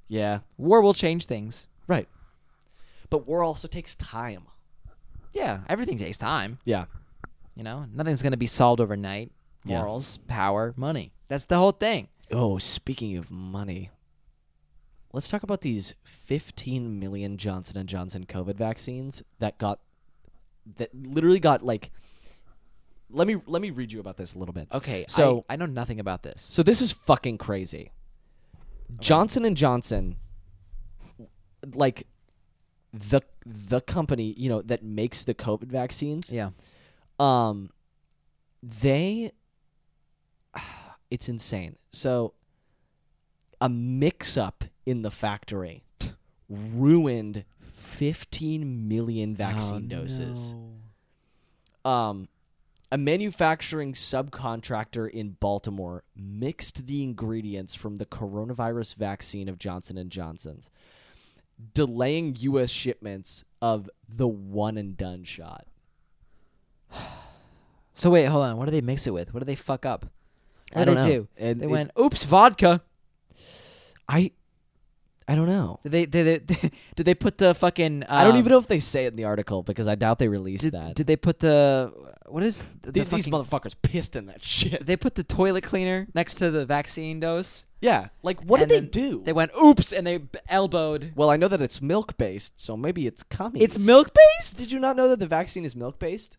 Speaker 2: Yeah.
Speaker 1: war will change things.
Speaker 2: Right. But war also takes time.
Speaker 1: Yeah, everything takes time.
Speaker 2: Yeah.
Speaker 1: You know, nothing's gonna be solved overnight.
Speaker 2: Yeah.
Speaker 1: Morals, power, money. That's the whole thing.
Speaker 2: Oh, speaking of money, let's talk about these 15 million Johnson and Johnson COVID vaccines that got that literally got like Let me let me read you about this a little bit.
Speaker 1: Okay,
Speaker 2: So-
Speaker 1: so I, I know nothing about this.
Speaker 2: So this is fucking crazy. Johnson and Johnson like the the company, you know, that makes the COVID vaccines
Speaker 1: Yeah.
Speaker 2: um they [SIGHS] it's insane so a mix up in the factory ruined 15 million vaccine
Speaker 1: Oh,
Speaker 2: doses
Speaker 4: Ah,
Speaker 2: um a manufacturing subcontractor in Baltimore mixed the ingredients from the coronavirus vaccine of Johnson and Johnson's delaying US shipments of the one and done shot
Speaker 1: So wait, hold on. What do they mix it with? What do they fuck up? What do
Speaker 2: I don't
Speaker 1: they
Speaker 2: know.
Speaker 1: do?
Speaker 2: And
Speaker 1: they
Speaker 2: it-
Speaker 1: went, "Oops, vodka."
Speaker 2: I I don't know.
Speaker 1: Did they, they, they [LAUGHS] did they put the fucking?
Speaker 2: I don't
Speaker 1: um,
Speaker 2: even know if they say it in the article because I doubt they released
Speaker 1: Did,
Speaker 2: that.
Speaker 1: did they put the what is the,
Speaker 2: Th-
Speaker 1: fucking,
Speaker 2: these motherfuckers pissed in that [LAUGHS] shit.
Speaker 1: They put the toilet cleaner next to the vaccine dose.
Speaker 2: yeah, like what did
Speaker 1: and
Speaker 2: they
Speaker 1: then
Speaker 2: do?
Speaker 1: They went, "Oops," and they b- elbowed.
Speaker 2: well, I know that it's milk based, so maybe it's coming.
Speaker 1: It's milk based.
Speaker 2: Did you not know that the vaccine is milk based?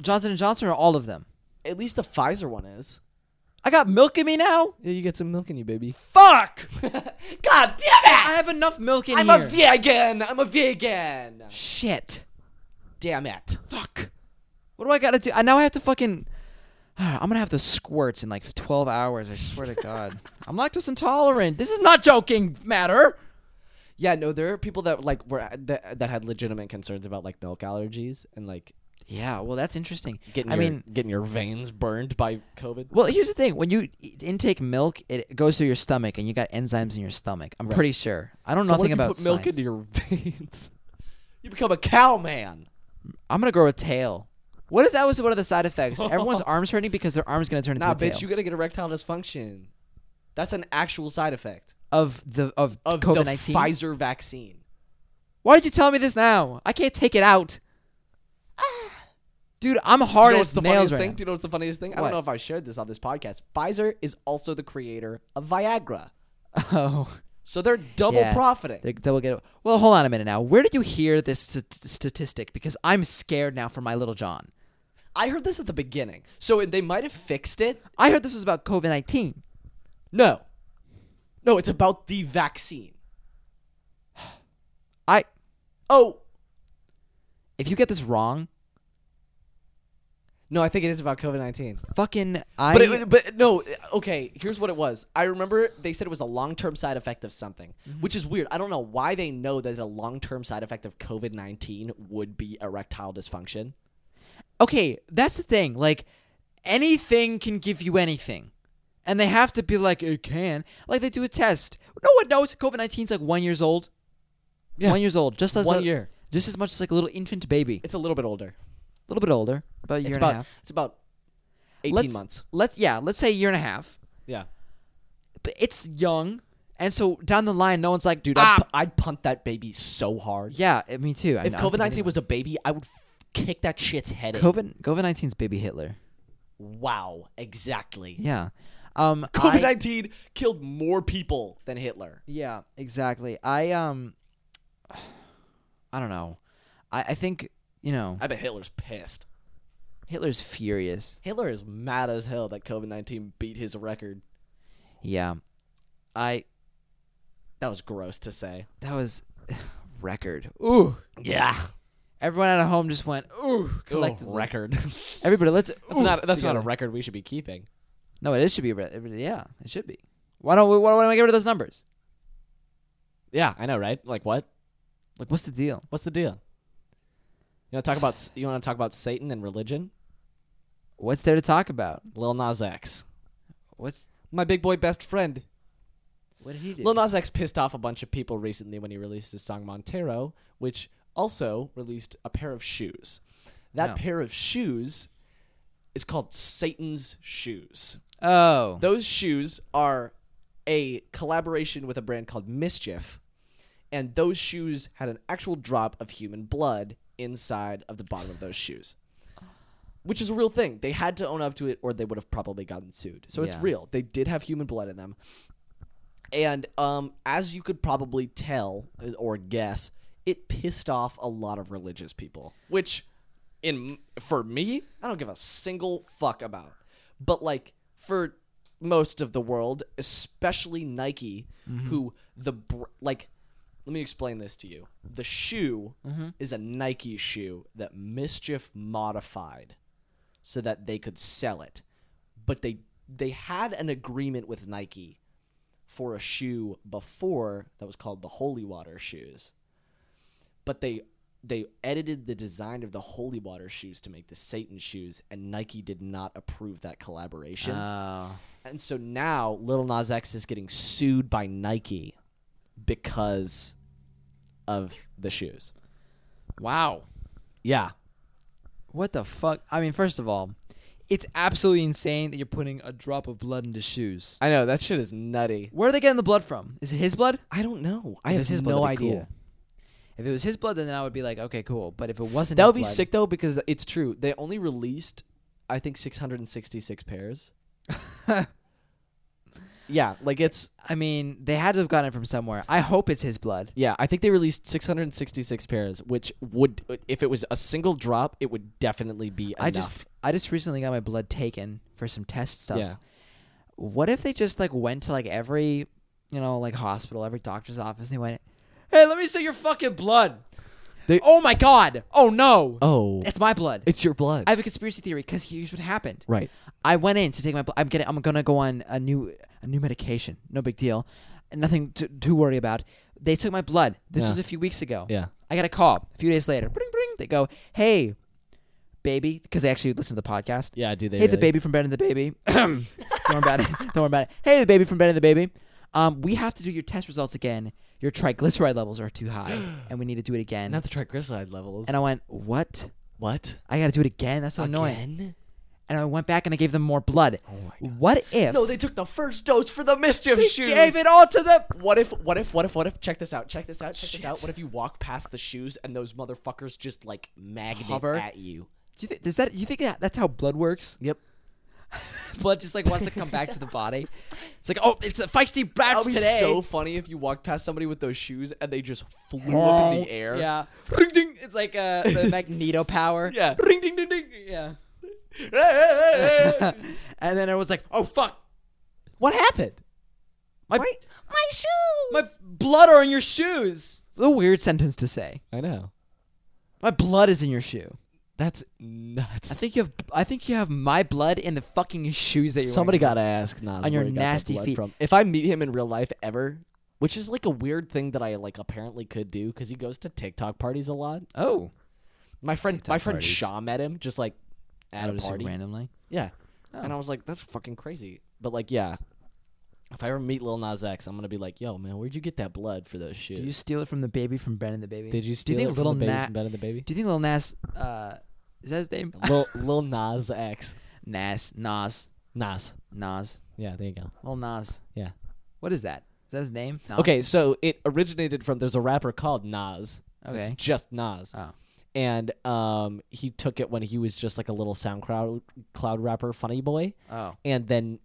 Speaker 1: Johnson and Johnson or all of them.
Speaker 2: At least the Pfizer one is.
Speaker 1: I got milk in me now.
Speaker 2: Yeah, you get some milk in you, baby.
Speaker 1: [LAUGHS] Fuck!
Speaker 2: God
Speaker 1: I
Speaker 2: damn it!
Speaker 1: have enough milk in
Speaker 2: I'm
Speaker 1: here.
Speaker 2: a vegan. I'm a vegan.
Speaker 1: Shit!
Speaker 2: Damn it.
Speaker 1: Fuck! What do I gotta do? I now I have to fucking. [SIGHS] I'm gonna have those squirts in like 12 hours. I swear to [LAUGHS] God. I'm lactose intolerant. This is not joking matter.
Speaker 2: Yeah, no, there are people that like were that, that had legitimate concerns about like milk allergies and like
Speaker 1: Yeah, well, that's interesting.
Speaker 2: getting
Speaker 1: I
Speaker 2: your,
Speaker 1: mean,
Speaker 2: getting your veins burned by COVID.
Speaker 1: well, here's the thing: when you e- intake milk, it goes through your stomach, and you got enzymes in your stomach. I'm
Speaker 2: Right.
Speaker 1: pretty sure. I don't know
Speaker 2: So what
Speaker 1: nothing
Speaker 2: if you
Speaker 1: about
Speaker 2: put milk
Speaker 1: science.
Speaker 2: into your [LAUGHS] veins? You become a cow man.
Speaker 1: I'm gonna grow a tail. What if that was one of the side [LAUGHS] effects? Everyone's arms hurting because their arms gonna turn into
Speaker 2: Nah,
Speaker 1: a tail
Speaker 2: bitch, you gotta get erectile dysfunction. That's an actual side effect
Speaker 1: of the of,
Speaker 2: of
Speaker 1: COVID
Speaker 2: the
Speaker 1: nineteen.
Speaker 2: Pfizer vaccine.
Speaker 1: Why did you tell me this now? I can't take it out. [SIGHS] Dude, I'm hard
Speaker 2: Do you know what's
Speaker 1: as
Speaker 2: the
Speaker 1: nails
Speaker 2: funniest
Speaker 1: right
Speaker 2: thing?
Speaker 1: now.
Speaker 2: Do you know what's the funniest thing? I
Speaker 1: What?
Speaker 2: don't know if I shared this on this podcast. Pfizer is also the creator of Viagra,
Speaker 1: [LAUGHS] Oh,
Speaker 2: so they're double
Speaker 1: Yeah.
Speaker 2: profiting.
Speaker 1: they, they will get. Well, hold on a minute now. Where did you hear this st- statistic? Because I'm scared now for my little John.
Speaker 2: I heard this at the beginning, so they might have fixed it.
Speaker 1: I heard this was about COVID nineteen.
Speaker 2: No, no, it's about the vaccine.
Speaker 1: I
Speaker 2: Oh
Speaker 1: if you get this wrong,
Speaker 2: no, I think it is about COVID nineteen.
Speaker 1: fucking I.
Speaker 2: But it, but no, okay. Here's what it was. I remember they said it was a long term side effect of something,
Speaker 1: Mm-hmm.
Speaker 2: which is weird. I don't know why they know that a long term side effect of COVID nineteen would be erectile dysfunction.
Speaker 1: okay, that's the thing. Like anything can give you anything. And they have to be like it can. Like they do a test. No one knows COVID 19's like 1 years old.
Speaker 2: Yeah.
Speaker 1: 1 years old. Just as
Speaker 2: One
Speaker 1: a-
Speaker 2: year.
Speaker 1: Just as much as like a little infant baby.
Speaker 2: It's a little bit older.
Speaker 1: A little bit older, about a year
Speaker 2: it's
Speaker 1: and
Speaker 2: about
Speaker 1: a half.
Speaker 2: it's about 18
Speaker 1: Let's-
Speaker 2: months.
Speaker 1: Let's yeah, let's say a year and a half.
Speaker 2: Yeah.
Speaker 1: But it's young. And so down the line no one's like,
Speaker 2: Dude,
Speaker 1: dude, ah,
Speaker 2: I'd, pu- I'd punt that baby so hard.
Speaker 1: yeah, eh, me too. I
Speaker 2: if
Speaker 1: know, I think
Speaker 2: COVID 19
Speaker 1: anyone-
Speaker 2: was a baby, I would f- kick that shit's head in.
Speaker 1: COVID COVID 19's baby Hitler.
Speaker 2: Wow,
Speaker 1: [LAUGHS]
Speaker 2: exactly.
Speaker 1: Yeah. Um I-
Speaker 2: COVID 19 killed more people than Hitler.
Speaker 1: Yeah, exactly. I um [SIGHS] I don't know. I, I think, you know,
Speaker 2: I bet Hitler's pissed.
Speaker 1: Hitler's furious.
Speaker 2: Hitler is mad as hell that COVID 19 beat his record.
Speaker 1: Yeah. I
Speaker 2: That was gross to say.
Speaker 1: that was [SIGHS] record. Ooh.
Speaker 2: Yeah.
Speaker 1: Everyone at home just went, ooh, collectively.
Speaker 2: record.
Speaker 1: Everybody, let's
Speaker 2: [LAUGHS] that's
Speaker 1: ooh
Speaker 2: not that's not a
Speaker 1: together.
Speaker 2: record we should be keeping.
Speaker 1: No, it is should be a re- it- yeah, it should be. Why don't we why don't we get rid of those numbers?
Speaker 2: Yeah, I know, right? Like what?
Speaker 1: Like what's the deal?
Speaker 2: What's the deal? You want to talk about s- you want to talk about Satan and religion?
Speaker 1: What's there to talk about?
Speaker 2: Lil Nas X,
Speaker 1: What's
Speaker 2: my big boy best friend.
Speaker 1: what did he do?
Speaker 2: Lil Nas X pissed off a bunch of people recently when he released his song Montero, which also released a pair of shoes. That
Speaker 1: No.
Speaker 2: pair of shoes is called Satan's shoes.
Speaker 1: oh.
Speaker 2: Those shoes are a collaboration with a brand called Mischief, and those shoes had an actual drop of human blood inside of the bottom of those shoes. Which is a real thing. They had to own up to it or they would have probably gotten sued. So it's
Speaker 1: Yeah.
Speaker 2: real. They did have human blood in them. And um, as you could probably tell uh, or guess, it pissed off a lot of religious people, which in for me, I don't give a single fuck about. But like for most of the world, especially Nike, who the br- like let me explain this to you. The shoe is a Nike shoe that Mischief modified so that they could sell it. But they they had an agreement with Nike for a shoe before that was called the Holy Water shoes. But they they edited the design of the Holy Water shoes to make the Satan shoes, and Nike did not approve that collaboration.
Speaker 1: Oh.
Speaker 2: And so now Little Nas X is getting sued by Nike because of the shoes.
Speaker 1: Wow.
Speaker 2: Yeah.
Speaker 1: What the fuck? I mean, first of all, it's absolutely insane that you're putting a drop of blood into shoes.
Speaker 2: I know that shit is nutty.
Speaker 1: Where are they getting the blood from? Is it his blood?
Speaker 2: I don't know. I
Speaker 1: If
Speaker 2: have
Speaker 1: it's his blood,
Speaker 2: no
Speaker 1: that'd be
Speaker 2: idea.
Speaker 1: cool. If it was his blood, then I would be like, okay, cool. But if it wasn't,
Speaker 2: That
Speaker 1: his
Speaker 2: would be
Speaker 1: blood-
Speaker 2: sick though because it's true. They only released I think 666 pairs. [LAUGHS] yeah, like it's
Speaker 1: I mean, they had to have gotten it from somewhere. I hope it's his blood.
Speaker 2: yeah, I think they released 666 pairs, which would if it was a single drop, it would definitely be enough.
Speaker 1: I just, I just recently got my blood taken for some test stuff.
Speaker 2: Yeah.
Speaker 1: What if they just like went to like every, you know, like hospital, every doctor's office, and they went, "Hey, let me see your fucking blood."
Speaker 2: They-
Speaker 1: oh my god! Oh no!
Speaker 2: [LAUGHS] Oh,
Speaker 1: It's my blood.
Speaker 2: it's your blood.
Speaker 1: I have a conspiracy theory because here's what happened.
Speaker 2: right.
Speaker 1: I went in to take my. bl- I'm getting. I'm gonna go on a new a new medication. No big deal. Nothing to to worry about. They took my blood. This
Speaker 2: Yeah.
Speaker 1: was a few weeks ago.
Speaker 2: Yeah.
Speaker 1: I got a call a few days later. Bring, bring. They go, hey, baby, because they actually listen to the podcast.
Speaker 2: Yeah, do they
Speaker 1: hey, the baby from Ben and the
Speaker 2: [LAUGHS]
Speaker 1: Baby. [CLEARS THROAT] don't worry about it. Don't worry about it. Hey, the baby from Ben and the Baby. Um, we have to do your test results again. Your triglyceride levels are too high, and we need to do it again.
Speaker 2: the triglyceride levels.
Speaker 1: And I went, what?
Speaker 2: what?
Speaker 1: I got to do it again. That's so annoying. and I went back and I gave them more blood. What if
Speaker 2: Oh No, they took the first dose for the mischief
Speaker 1: they
Speaker 2: shoes.
Speaker 1: gave it all to them?
Speaker 2: What if? What if? What if? What if? Check this out. Check this out. Check this out. What if you walk past the shoes and those motherfuckers just like magnet
Speaker 1: Hover.
Speaker 2: at you?
Speaker 1: Do you think does that? You think that, that's how blood works?
Speaker 2: [LAUGHS] Yep.
Speaker 1: Blood just like wants to come back to the body. It's like, oh, it's a feisty
Speaker 2: That
Speaker 1: batch
Speaker 2: would be
Speaker 1: today.
Speaker 2: so funny if you walked past somebody with those shoes and they just flew up in the air.
Speaker 1: yeah, [LAUGHS] Ring, ding. it's like uh, [LAUGHS] the magneto power.
Speaker 2: Yeah.
Speaker 1: ring ding ding ding. [LAUGHS] Yeah. and then I was like, oh fuck,
Speaker 2: what happened?
Speaker 1: my
Speaker 2: My shoes.
Speaker 1: my blood are in your shoes. What a weird sentence to say.
Speaker 2: I know.
Speaker 1: My blood is in your shoe.
Speaker 2: That's
Speaker 1: I
Speaker 2: nuts.
Speaker 1: think you have. I think you have my blood in the fucking shoes that you.
Speaker 2: Somebody gotta ask Nas
Speaker 1: On your
Speaker 2: where he got that
Speaker 1: nasty
Speaker 2: blood
Speaker 1: feet.
Speaker 2: From. If I meet him in real life ever, which is like a weird thing that I like apparently could do because he goes to TikTok parties a lot.
Speaker 1: Oh.
Speaker 2: My friend,
Speaker 1: TikTok
Speaker 2: my friend
Speaker 1: parties.
Speaker 2: Shaw met him just like at a
Speaker 1: Noticing
Speaker 2: party.
Speaker 1: randomly.
Speaker 2: Yeah.
Speaker 1: Oh.
Speaker 2: And I was like, that's fucking crazy. But like, yeah. If I ever meet Lil Nas X, I'm gonna be like, yo, man, where'd you get that blood for those shoes?
Speaker 1: Do you steal it from the baby from Ben and the Baby?
Speaker 2: Did you
Speaker 1: Do
Speaker 2: steal
Speaker 1: you think
Speaker 2: it from
Speaker 1: Lil
Speaker 2: the baby
Speaker 1: Na-
Speaker 2: from Ben and the Baby?
Speaker 1: Do you think Lil Nas uh, is that his name?
Speaker 2: [LAUGHS] Lil, Lil Nas X.
Speaker 1: Nas Nas
Speaker 2: Nas.
Speaker 1: Nas
Speaker 2: Yeah, there you go.
Speaker 1: Lil Nas.
Speaker 2: Yeah.
Speaker 1: What is that? Is that his name? Nas?
Speaker 2: Okay, so it originated from there's a rapper called Nas. It's
Speaker 1: Okay.
Speaker 2: just Nas.
Speaker 1: Oh.
Speaker 2: And um, he took it when he was just like a little SoundCloud cloud rapper, Funny Boy,
Speaker 1: Oh.
Speaker 2: and then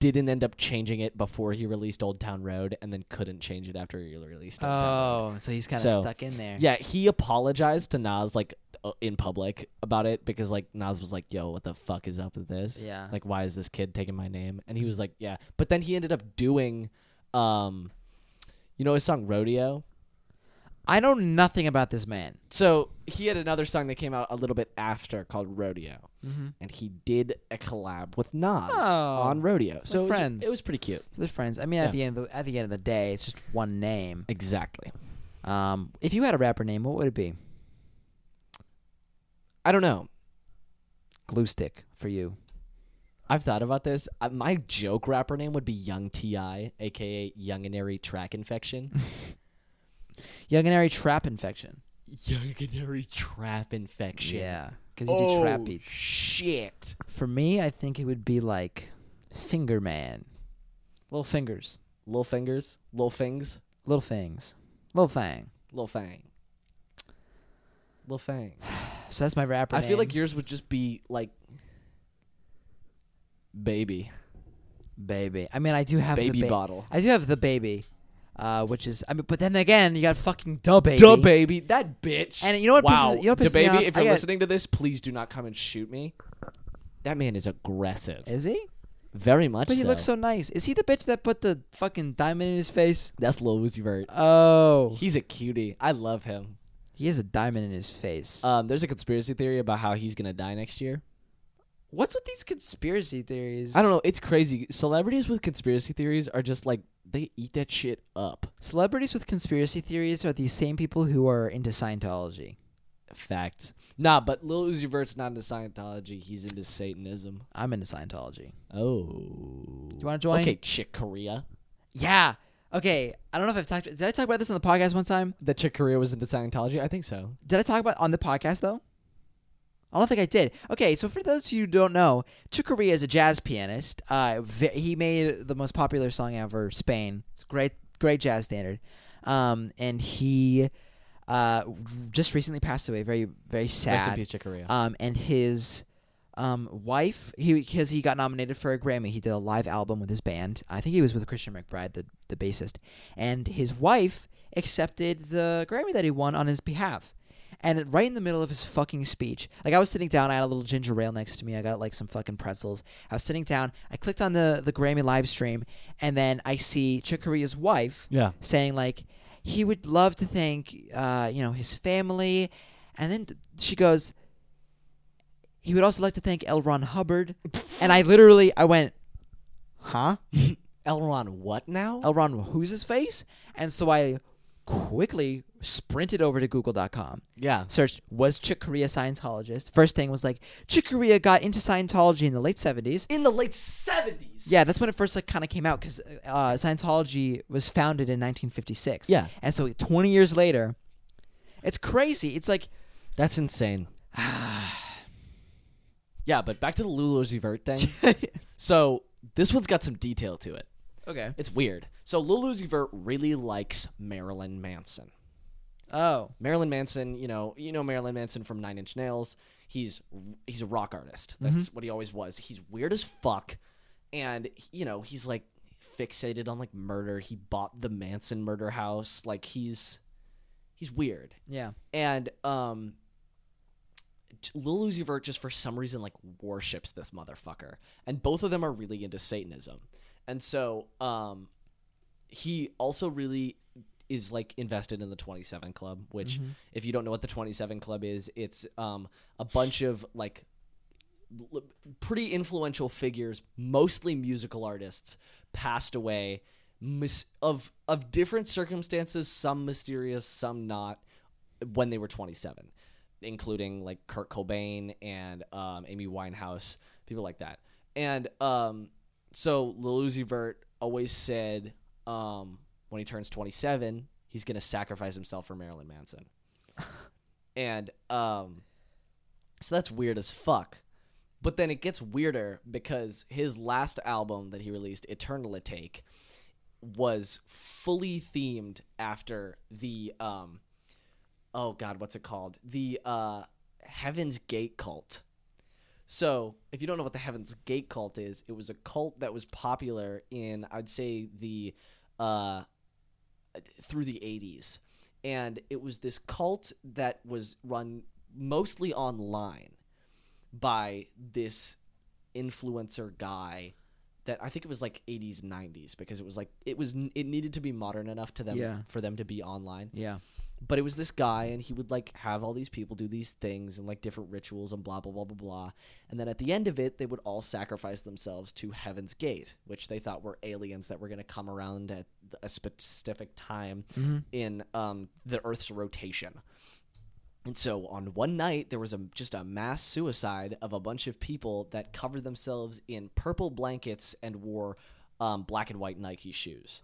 Speaker 2: didn't end up changing it before he released Old Town Road, and then couldn't change it after he released Old Town Road.
Speaker 1: Oh, so he's kind of
Speaker 2: So,
Speaker 1: stuck in there.
Speaker 2: Yeah, he apologized to Nas like uh, in public about it because like Nas was like, "Yo, what the fuck is up with this?
Speaker 1: Yeah.
Speaker 2: like why is this kid taking my name?" And he was like, "Yeah," but then he ended up doing, um, you know, his song "Rodeo."
Speaker 1: I know nothing about this man.
Speaker 2: So he had another song that came out a little bit after called "Rodeo,"
Speaker 1: Mm-hmm.
Speaker 2: and he did a collab with Nas
Speaker 1: Oh.
Speaker 2: on "Rodeo." So it was-
Speaker 1: friends.
Speaker 2: it was pretty cute.
Speaker 1: So they're friends. I mean, at the end of the, at the end of the day, it's just one name.
Speaker 2: Exactly.
Speaker 1: Um, if you had a rapper name, what would it be?
Speaker 2: I don't know.
Speaker 1: Glue stick for you.
Speaker 2: I've thought about this. Uh, my joke rapper name would be Young Ti, aka Younginary
Speaker 1: [LAUGHS]
Speaker 2: Track Infection.
Speaker 1: Younginary trap infection.
Speaker 2: Younginary Trap Infection.
Speaker 1: Yeah, Oh, because you
Speaker 2: Oh.
Speaker 1: do trap beats.
Speaker 2: shit!
Speaker 1: For me, I think it would be like Finger Man, Little Fingers,
Speaker 2: Little fingers, little things,
Speaker 1: Little Things, Little Fang.
Speaker 2: little fang, little fang.
Speaker 1: So that's my rapper.
Speaker 2: I feel like
Speaker 1: name.
Speaker 2: yours would just be like baby,
Speaker 1: baby. I mean, I do have
Speaker 2: baby
Speaker 1: the ba-
Speaker 2: bottle,
Speaker 1: I do have the baby, uh, which is. I mean, but then again, you got fucking duh baby.
Speaker 2: duh baby. That bitch.
Speaker 1: And you know what
Speaker 2: Wow,
Speaker 1: pisses- you know what
Speaker 2: Da
Speaker 1: pisses me
Speaker 2: baby.
Speaker 1: off?
Speaker 2: If
Speaker 1: I
Speaker 2: you're
Speaker 1: got-
Speaker 2: listening to this, please do not come and shoot me. That man is aggressive,
Speaker 1: Is he?
Speaker 2: very much.
Speaker 1: But he looks so nice. Is he the bitch that put the fucking diamond in his face?
Speaker 2: That's Lil Uzi Vert.
Speaker 1: Oh,
Speaker 2: He's a cutie. I love him.
Speaker 1: he has a diamond in his face.
Speaker 2: Um, there's a conspiracy theory about how he's gonna die next year.
Speaker 1: What's with these conspiracy theories?
Speaker 2: I don't know. It's crazy. Celebrities with conspiracy theories are just like they eat that shit up.
Speaker 1: Celebrities with conspiracy theories are the same people who are into Scientology.
Speaker 2: Facts. Nah, but Lil Uzi Vert's not into Scientology. He's into Satanism.
Speaker 1: I'm into Scientology.
Speaker 2: Oh.
Speaker 1: Do you want to join?
Speaker 2: Okay, Chick Korea.
Speaker 1: Yeah. Okay. I don't know if I've talked. Did I talk about this on the podcast one time?
Speaker 2: That Chick Korea was into Scientology. I think so.
Speaker 1: Did I talk about on the podcast though? I don't think I did. Okay, so for those of you who don't know, Chick Corea is a jazz pianist. Uh, ve- he made the most popular song ever, "Spain." It's a great, great jazz standard. Um, and he uh, just recently passed away. Very, very sad.
Speaker 2: Rest in peace, Chick Korea.
Speaker 1: Um, and his um, wife, he because he got nominated for a Grammy, he did a live album with his band. I think he was with Christian McBride, the the bassist, and his wife accepted the Grammy that he won on his behalf. And right in the middle of his fucking speech, like I was sitting down, I had a little ginger ale next to me. I got like some fucking pretzels. I was sitting down. I clicked on the the Grammy live stream, and then I see Chick Corea's wife
Speaker 2: yeah.
Speaker 1: saying like he would love to thank uh, you know his family, and then th- she goes, he would also like to thank L. Ron Hubbard, and I literally I went, huh?
Speaker 2: Elron, what now?
Speaker 1: L. Ron who's his face? And so I quickly sprinted over to Google.com,
Speaker 2: yeah.
Speaker 1: searched was Chick Corea Scientologist. First thing was like Chick Corea got into Scientology in the late seventies.
Speaker 2: In the late 70s.
Speaker 1: Yeah, that's when it first like kind of came out because uh, Scientology was founded in 1956.
Speaker 2: Yeah.
Speaker 1: and so 20 years later, it's crazy. It's like
Speaker 2: That's insane. [SIGHS] yeah, but back to the Lil Uzi Vert thing. [LAUGHS] so this one's got some detail to it.
Speaker 1: okay,
Speaker 2: It's weird. So Lil Uzi Vert really likes Marilyn Manson.
Speaker 1: oh,
Speaker 2: Marilyn Manson, you know, you know Marilyn Manson from Nine Inch Nails. He's he's a rock artist. That's what he always was. He's weird as fuck, and you know he's like fixated on like murder. He bought the Manson murder house. Like he's he's weird.
Speaker 1: yeah,
Speaker 2: And um J- Lil Uzi Vert just for some reason like worships this motherfucker. And both of them are really into Satanism. And so um he also really is like invested in the 27 club, which if you don't know what the 27 club is, it's um a bunch of like l- pretty influential figures, mostly musical artists, passed away mis- of of different circumstances, some mysterious, some not, when they were 27. including like Kurt Cobain and um, Amy Winehouse, people like that. And um, so Lil Uzi Vert always said um, when he turns 27, he's going to sacrifice himself for Marilyn Manson. and um, so that's weird as fuck. But then it gets weirder because his last album that he released, Eternal Take, was fully themed after the um oh god, what's it called? The uh Heaven's Gate cult. So, if you don't know what the Heaven's Gate cult is, it was a cult that was popular in I'd say the uh through the 80s. And it was this cult that was run mostly online by this influencer guy that I think it was like 80s 90s because it was like it was it needed to be modern enough to them
Speaker 1: Yeah.
Speaker 2: for them to be online
Speaker 1: Yeah.
Speaker 2: but it was this guy and he would like have all these people do these things and like different rituals and blah blah blah blah blah and then at the end of it they would all sacrifice themselves to heaven's gate which they thought were aliens that were going to come around at a specific time in um, the earth's rotation and so on one night there was a just a mass suicide of a bunch of people that covered themselves in purple blankets and wore um, black and white Nike shoes.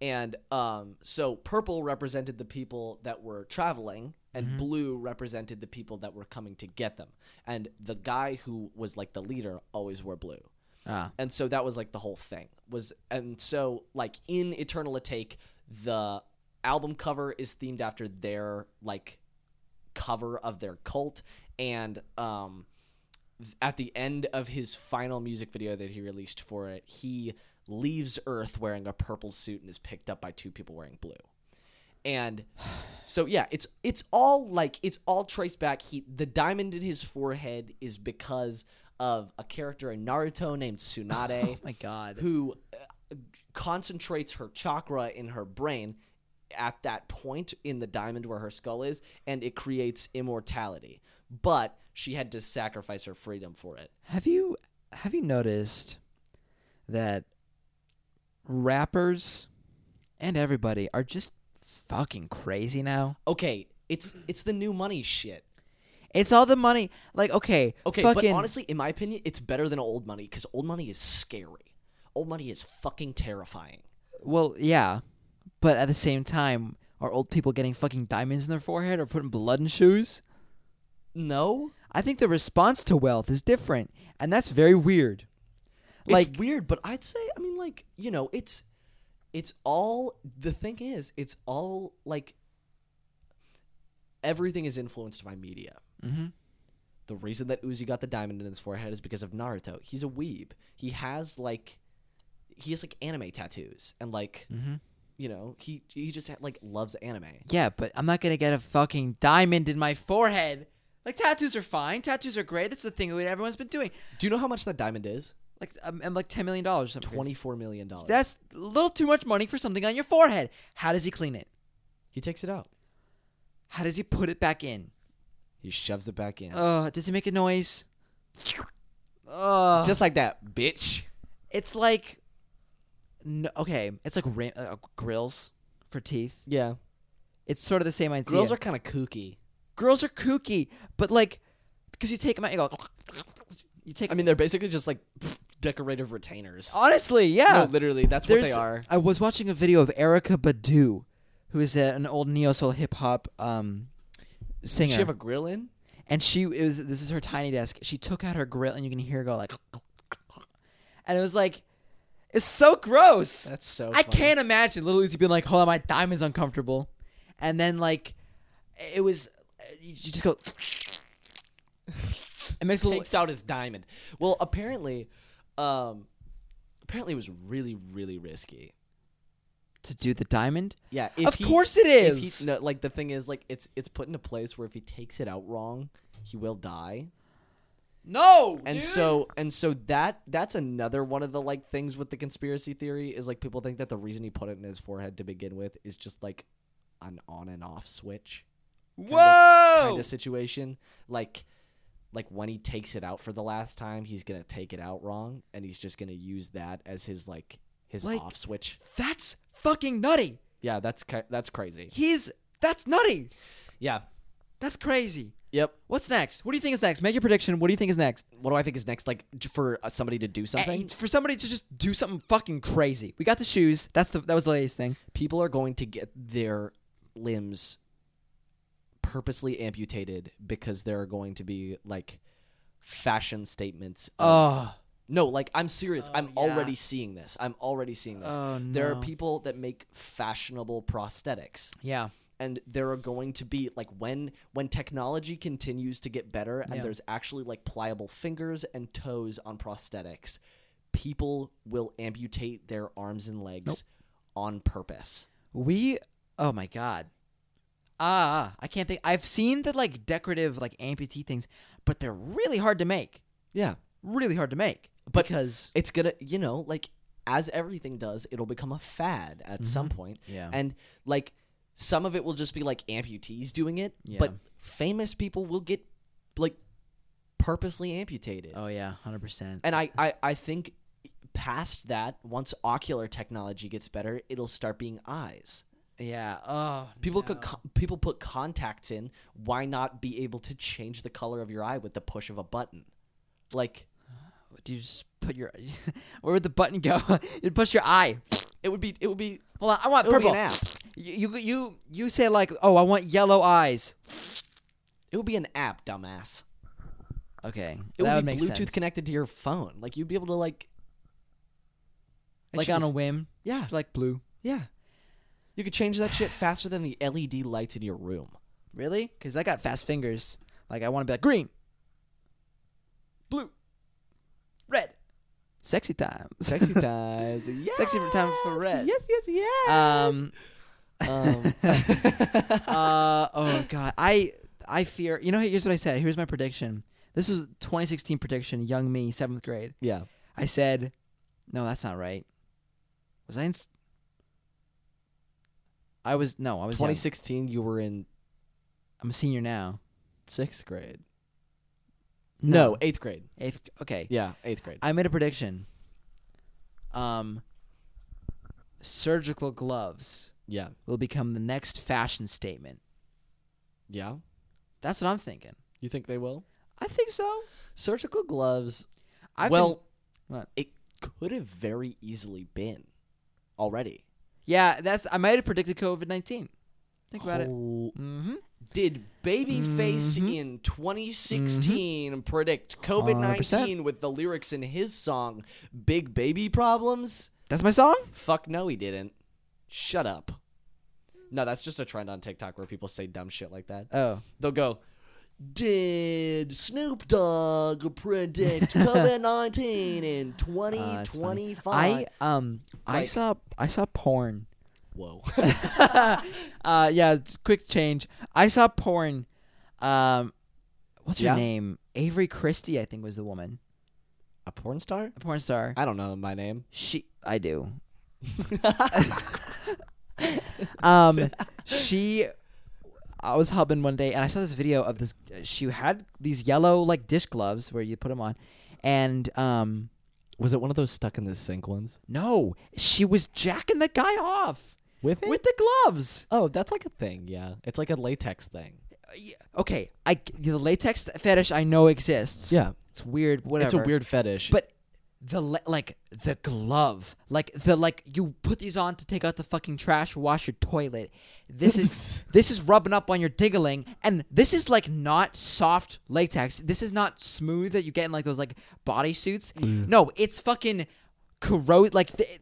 Speaker 2: And um, so purple represented the people that were traveling, and blue represented the people that were coming to get them. And the guy who was like the leader always wore blue
Speaker 1: Ah.
Speaker 2: and so that was like the whole thing was and so like in eternal take the album cover is themed after their like cover of their cult and um th- at the end of his final music video that he released for it he leaves earth wearing a purple suit and is picked up by two people wearing blue and [SIGHS] so yeah it's it's all like it's all traced back he the diamond in his forehead is because of a character in Naruto named
Speaker 1: [LAUGHS]
Speaker 2: Tsunade
Speaker 1: Oh My God.
Speaker 2: who uh, concentrates her chakra in her brain at that point in the diamond where her skull is and it creates immortality but she had to sacrifice her freedom for it
Speaker 1: Have you have you noticed that rappers and everybody are just fucking crazy now?
Speaker 2: okay it's it's the new money shit
Speaker 1: It's all the money. Like, okay,
Speaker 2: Okay,
Speaker 1: fucking,
Speaker 2: but honestly, in my opinion, it's better than old money because old money is scary. Old money is fucking terrifying.
Speaker 1: well, yeah, but at the same time, are old people getting fucking diamonds in their forehead or putting blood in shoes?
Speaker 2: No,
Speaker 1: I think the response to wealth is different, and that's very weird. Like,
Speaker 2: it's weird, but I'd say, I mean, like you know, it's it's all the thing is, it's all like everything is influenced by media.
Speaker 1: Mhm.
Speaker 2: The reason that Uzi got the diamond in his forehead is because of Naruto. He's a weeb. He has like he has like anime tattoos and like
Speaker 1: Mm-hmm.
Speaker 2: you know he he just like loves anime.
Speaker 1: yeah, but I'm not gonna get a fucking diamond in my forehead. Like, tattoos are fine. Tattoos are great. That's the thing that everyone's been doing.
Speaker 2: Do you know how much that diamond is?
Speaker 1: Like, um, and like ten million dollars.
Speaker 2: Twenty-four million dollars.
Speaker 1: That's a little too much money for something on your forehead. How does he clean it?
Speaker 2: he takes it out.
Speaker 1: How does he put it back in?
Speaker 2: He shoves it back in,
Speaker 1: Uh, does he make a noise? Uh,
Speaker 2: just like that, bitch.
Speaker 1: it's like, no, okay, it's like ra- uh, grills for teeth.
Speaker 2: Yeah,
Speaker 1: It's sort of the same idea.
Speaker 2: girls are kind of kooky.
Speaker 1: girls are kooky, but like because you take them out, you go. You take.
Speaker 2: I mean, they're basically just like [LAUGHS] pff, decorative retainers.
Speaker 1: honestly, Oh, yeah.
Speaker 2: No, literally, that's what they are.
Speaker 1: I was watching a video of Erica Badu, who is a, an old neo soul hip hop um,
Speaker 2: Does
Speaker 1: singer.
Speaker 2: she have a grill in?
Speaker 1: and she it was this is her tiny desk. She took out her grill, and you can hear her go like, and it was like, it's so gross.
Speaker 2: That's so.
Speaker 1: I
Speaker 2: funny.
Speaker 1: can't imagine Little Uzi being like, "Hold on, my diamond's uncomfortable," and then like, it was, you just go. [LAUGHS] It makes a little.
Speaker 2: Takes out his diamond. Well, apparently, um, apparently it was really, really risky.
Speaker 1: to do the diamond.
Speaker 2: Yeah, if
Speaker 1: Of
Speaker 2: he-
Speaker 1: course it
Speaker 2: if
Speaker 1: is.
Speaker 2: He, no, like the thing is, like it's it's put in a place where if he takes it out wrong, he will die.
Speaker 1: No,
Speaker 2: and so and so that that's another one of the like things with the conspiracy theory is like people think that the reason he put it in his forehead to begin with is just like an on and off switch
Speaker 1: whoa,
Speaker 2: kind of situation like like when he takes it out for the last time he's gonna take it out wrong and he's just gonna use that as his like his
Speaker 1: Like-
Speaker 2: off switch
Speaker 1: that's fucking nutty.
Speaker 2: yeah that's ki- that's crazy
Speaker 1: He's that's nutty.
Speaker 2: yeah
Speaker 1: That's crazy.
Speaker 2: Yep.
Speaker 1: What's next? What do you think is next? Make your prediction. What do you think is next?
Speaker 2: What do I think is next? Like j- for uh, somebody to do something.
Speaker 1: Eh, For somebody to just do something fucking crazy. We got the shoes. That's the that was the latest thing.
Speaker 2: people are going to get their limbs purposely amputated because there are going to be like fashion statements. of-
Speaker 1: Oh,
Speaker 2: no, like I'm serious. I'm
Speaker 1: yeah.
Speaker 2: already seeing this. I'm already seeing this.
Speaker 1: Oh,
Speaker 2: There are
Speaker 1: no.
Speaker 2: people that make fashionable prosthetics.
Speaker 1: yeah.
Speaker 2: And there are going to be like when when technology continues to get better and
Speaker 1: Yeah.
Speaker 2: there's actually like pliable fingers and toes on prosthetics, people will amputate their arms and legs on purpose.
Speaker 1: We oh my god. Ah, I can't think. I've seen the like decorative like amputee things, but they're really hard to make.
Speaker 2: Yeah.
Speaker 1: Really hard to make.
Speaker 2: But-
Speaker 1: because
Speaker 2: it's gonna you know like as everything does it'll become a fad at some point
Speaker 1: Mm-hmm. Yeah.
Speaker 2: and like some of it will just be like amputees doing it but
Speaker 1: Yeah.
Speaker 2: famous people will get like purposely amputated
Speaker 1: Oh yeah, 100%.
Speaker 2: and I, I i think past that once ocular technology gets better it'll start being eyes
Speaker 1: yeah. Oh.
Speaker 2: people could co- people put contacts in why not be able to change the color of your eye with the push of a button like
Speaker 1: Do you just put your [LAUGHS] Where would the button go? [LAUGHS] You'd push your eye.
Speaker 2: it would be it would be
Speaker 1: Hold on, I want
Speaker 2: It would be
Speaker 1: purple.
Speaker 2: an app.
Speaker 1: You you you you say like, "Oh, I want yellow eyes."
Speaker 2: it would be an app dumbass
Speaker 1: Okay.
Speaker 2: it
Speaker 1: that
Speaker 2: would
Speaker 1: make
Speaker 2: be Bluetooth
Speaker 1: sense.
Speaker 2: connected to your phone. Like you'd be able to like, I
Speaker 1: like
Speaker 2: should
Speaker 1: on a
Speaker 2: just-
Speaker 1: whim.
Speaker 2: yeah,
Speaker 1: Like blue.
Speaker 2: yeah. You could change that shit faster than the LED lights in your room.
Speaker 1: Really? Cuz I got fast fingers. Like I want to be like green. Blue. Red. Sexy time.
Speaker 2: Sexy
Speaker 1: [LAUGHS]
Speaker 2: times, yeah.
Speaker 1: Sexy time for red.
Speaker 2: Yes, yes, yes.
Speaker 1: Um [LAUGHS]
Speaker 2: Um,
Speaker 1: uh oh god. I I fear. You know here's what I said. Here's my prediction. This is 2016 prediction, young me, 7th grade.
Speaker 2: yeah.
Speaker 1: I said, "No, that's not right." Was I in? s- I was no, I was young.
Speaker 2: 2016, you were in
Speaker 1: I'm a senior now.
Speaker 2: sixth grade.
Speaker 1: No,
Speaker 2: No, eighth grade.
Speaker 1: eighth. Okay,
Speaker 2: Yeah, eighth grade.
Speaker 1: I made a prediction. Um, surgical gloves
Speaker 2: yeah,
Speaker 1: will become the next fashion statement.
Speaker 2: yeah.
Speaker 1: That's what I'm thinking.
Speaker 2: You think they will?
Speaker 1: I think so.
Speaker 2: Surgical gloves.
Speaker 1: I've
Speaker 2: well,
Speaker 1: been- What?
Speaker 2: it could have very easily been already.
Speaker 1: yeah, that's I might have predicted COVID nineteen. Think about it.
Speaker 2: Whole-
Speaker 1: Mm-hmm.
Speaker 2: Did Babyface
Speaker 1: Mhm.
Speaker 2: in 2016
Speaker 1: Mm-hmm.
Speaker 2: predict COVID 19 with the lyrics in his song Big Baby Problems?
Speaker 1: That's my song.
Speaker 2: Fuck no, he didn't. Shut up. No, that's just a trend on TikTok where people say dumb shit like that.
Speaker 1: Oh,
Speaker 2: They'll go, Did Snoop Dogg [LAUGHS] predict COVID 19
Speaker 1: uh,
Speaker 2: in Ah,
Speaker 1: it's funny.
Speaker 2: 2025?
Speaker 1: I um I
Speaker 2: Like-
Speaker 1: saw I saw porn
Speaker 2: Whoa.
Speaker 1: [LAUGHS]
Speaker 2: [LAUGHS]
Speaker 1: uh, yeah, it's quick change. I saw porn. Um, what's
Speaker 2: Yeah?
Speaker 1: her name? Avery Christie, I think, was the woman,
Speaker 2: a porn star?
Speaker 1: a porn star.
Speaker 2: I don't know my name.
Speaker 1: She, I
Speaker 2: [LAUGHS]
Speaker 1: do. um, she, I was hubbing one day and I saw this video of this. She had these yellow like dish gloves where you put them on, and um,
Speaker 2: Was it one of those stuck in the sink ones?
Speaker 1: no, she was jacking the guy off
Speaker 2: With
Speaker 1: with the gloves.
Speaker 2: Oh, that's like a thing, yeah. It's like a latex thing.
Speaker 1: Yeah, Okay, I the latex fetish I know exists.
Speaker 2: Yeah.
Speaker 1: it's weird. Whatever.
Speaker 2: It's a weird fetish.
Speaker 1: But the le- like the glove, like the like you put these on to take out the fucking trash, wash your toilet. This is this is rubbing up on your dingling, and this is like not soft latex. This is not smooth that you get in like those like body suits. No, it's fucking corrode like th-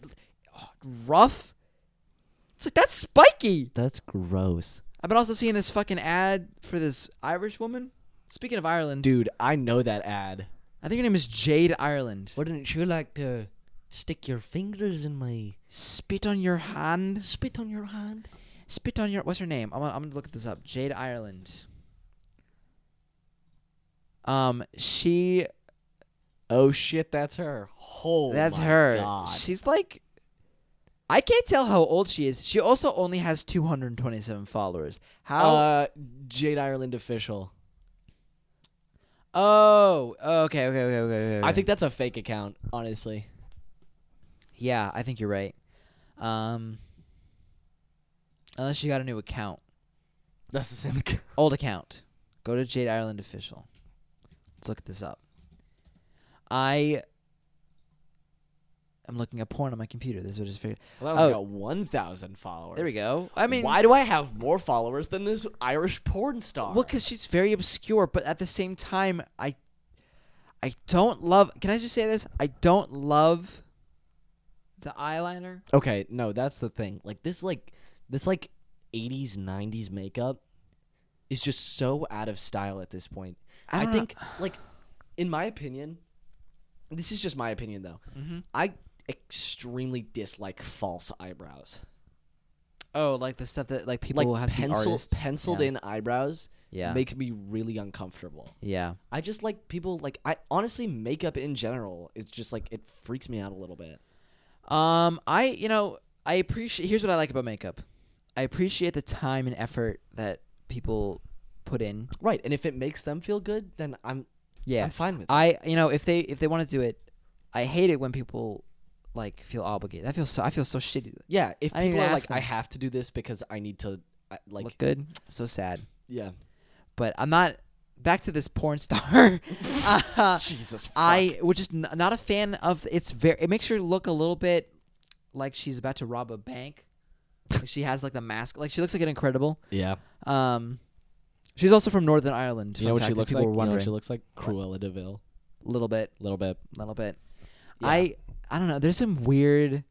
Speaker 1: rough. It's like that's spiky.
Speaker 2: that's gross.
Speaker 1: I've been also seeing this fucking ad for this Irish woman. Speaking of Ireland,
Speaker 2: Dude, I know that ad.
Speaker 1: I think her name is Jade Ireland.
Speaker 3: Wouldn't you like to stick your fingers in my
Speaker 1: Spit on your hand.
Speaker 3: spit on your hand?
Speaker 1: Spit on your. What's her name? I'm gonna, I'm gonna look this up. Jade Ireland. Um, she.
Speaker 2: Oh shit, that's her. Oh,
Speaker 1: that's
Speaker 2: my
Speaker 1: her.
Speaker 2: God.
Speaker 1: She's like. I can't tell how old she is. She also only has 227 followers. How?
Speaker 2: Uh, Jade Ireland official.
Speaker 1: oh, okay, okay, okay, okay, okay.
Speaker 2: I
Speaker 1: okay.
Speaker 2: think that's a fake account, honestly.
Speaker 1: Yeah, I think you're right. Um, unless she got a new account,
Speaker 2: That's the same account.
Speaker 1: old account. Go to Jade Ireland official. Let's look this up. I am looking up porn on my computer. This is what I just figured.
Speaker 2: [LAUGHS] Well, that one's
Speaker 1: Oh.
Speaker 2: got 1,000 followers.
Speaker 1: There we go. I mean,
Speaker 2: why do I have more followers than this Irish porn star?
Speaker 1: Well, because she's very obscure, but at the same time, I, I don't love. Can I just say this? I don't love the eyeliner.
Speaker 3: Okay, no, that's the thing. Like this, like this, like '80s, '90s makeup is just so out of style at this point.
Speaker 1: I
Speaker 3: I,
Speaker 1: don't know.
Speaker 3: think, like,
Speaker 2: in my opinion, this is just my opinion though. I extremely dislike false eyebrows.
Speaker 1: Oh, like the stuff that like people
Speaker 2: Like
Speaker 1: will have to be
Speaker 2: pencil,
Speaker 1: artists.
Speaker 2: penciled
Speaker 1: yeah.
Speaker 2: in eyebrows
Speaker 1: Yeah.
Speaker 2: make me really uncomfortable.
Speaker 1: yeah.
Speaker 2: I just like people like I honestly makeup in general is just like it freaks me out a little bit.
Speaker 1: Um, I you know I appreciate. Here's what I like about makeup. I appreciate the time and effort that people put in.
Speaker 2: Right, and if it makes them feel good, then I'm
Speaker 1: Yeah.
Speaker 2: I'm fine with it.
Speaker 1: I you know if they if they want to do it, I hate it when people like feel obligated. I feel so I feel so shitty.
Speaker 2: Yeah, if
Speaker 1: I didn't
Speaker 2: people
Speaker 1: even
Speaker 2: are
Speaker 1: ask
Speaker 2: like I
Speaker 1: them.
Speaker 2: have to do this because I need to I, like
Speaker 1: Look good, so sad.
Speaker 2: yeah.
Speaker 1: But I'm not back to this porn star. [LAUGHS] uh,
Speaker 2: [LAUGHS] Jesus fuck.
Speaker 1: I which is n- not a fan of. It's very. It makes her look a little bit like she's about to rob a bank. Like, she has like the mask. Like she looks like an incredible.
Speaker 3: yeah,
Speaker 1: Um, she's also from Northern Ireland.
Speaker 3: you know
Speaker 1: fun
Speaker 3: what
Speaker 1: fact,
Speaker 3: she
Speaker 1: if
Speaker 3: looks
Speaker 1: people
Speaker 3: like.
Speaker 1: Were
Speaker 3: You know what
Speaker 1: wondering.
Speaker 3: she looks like Cruella Deville,
Speaker 1: little bit,
Speaker 3: little bit.
Speaker 1: little bit.
Speaker 2: Yeah.
Speaker 1: I I don't know. There's some weird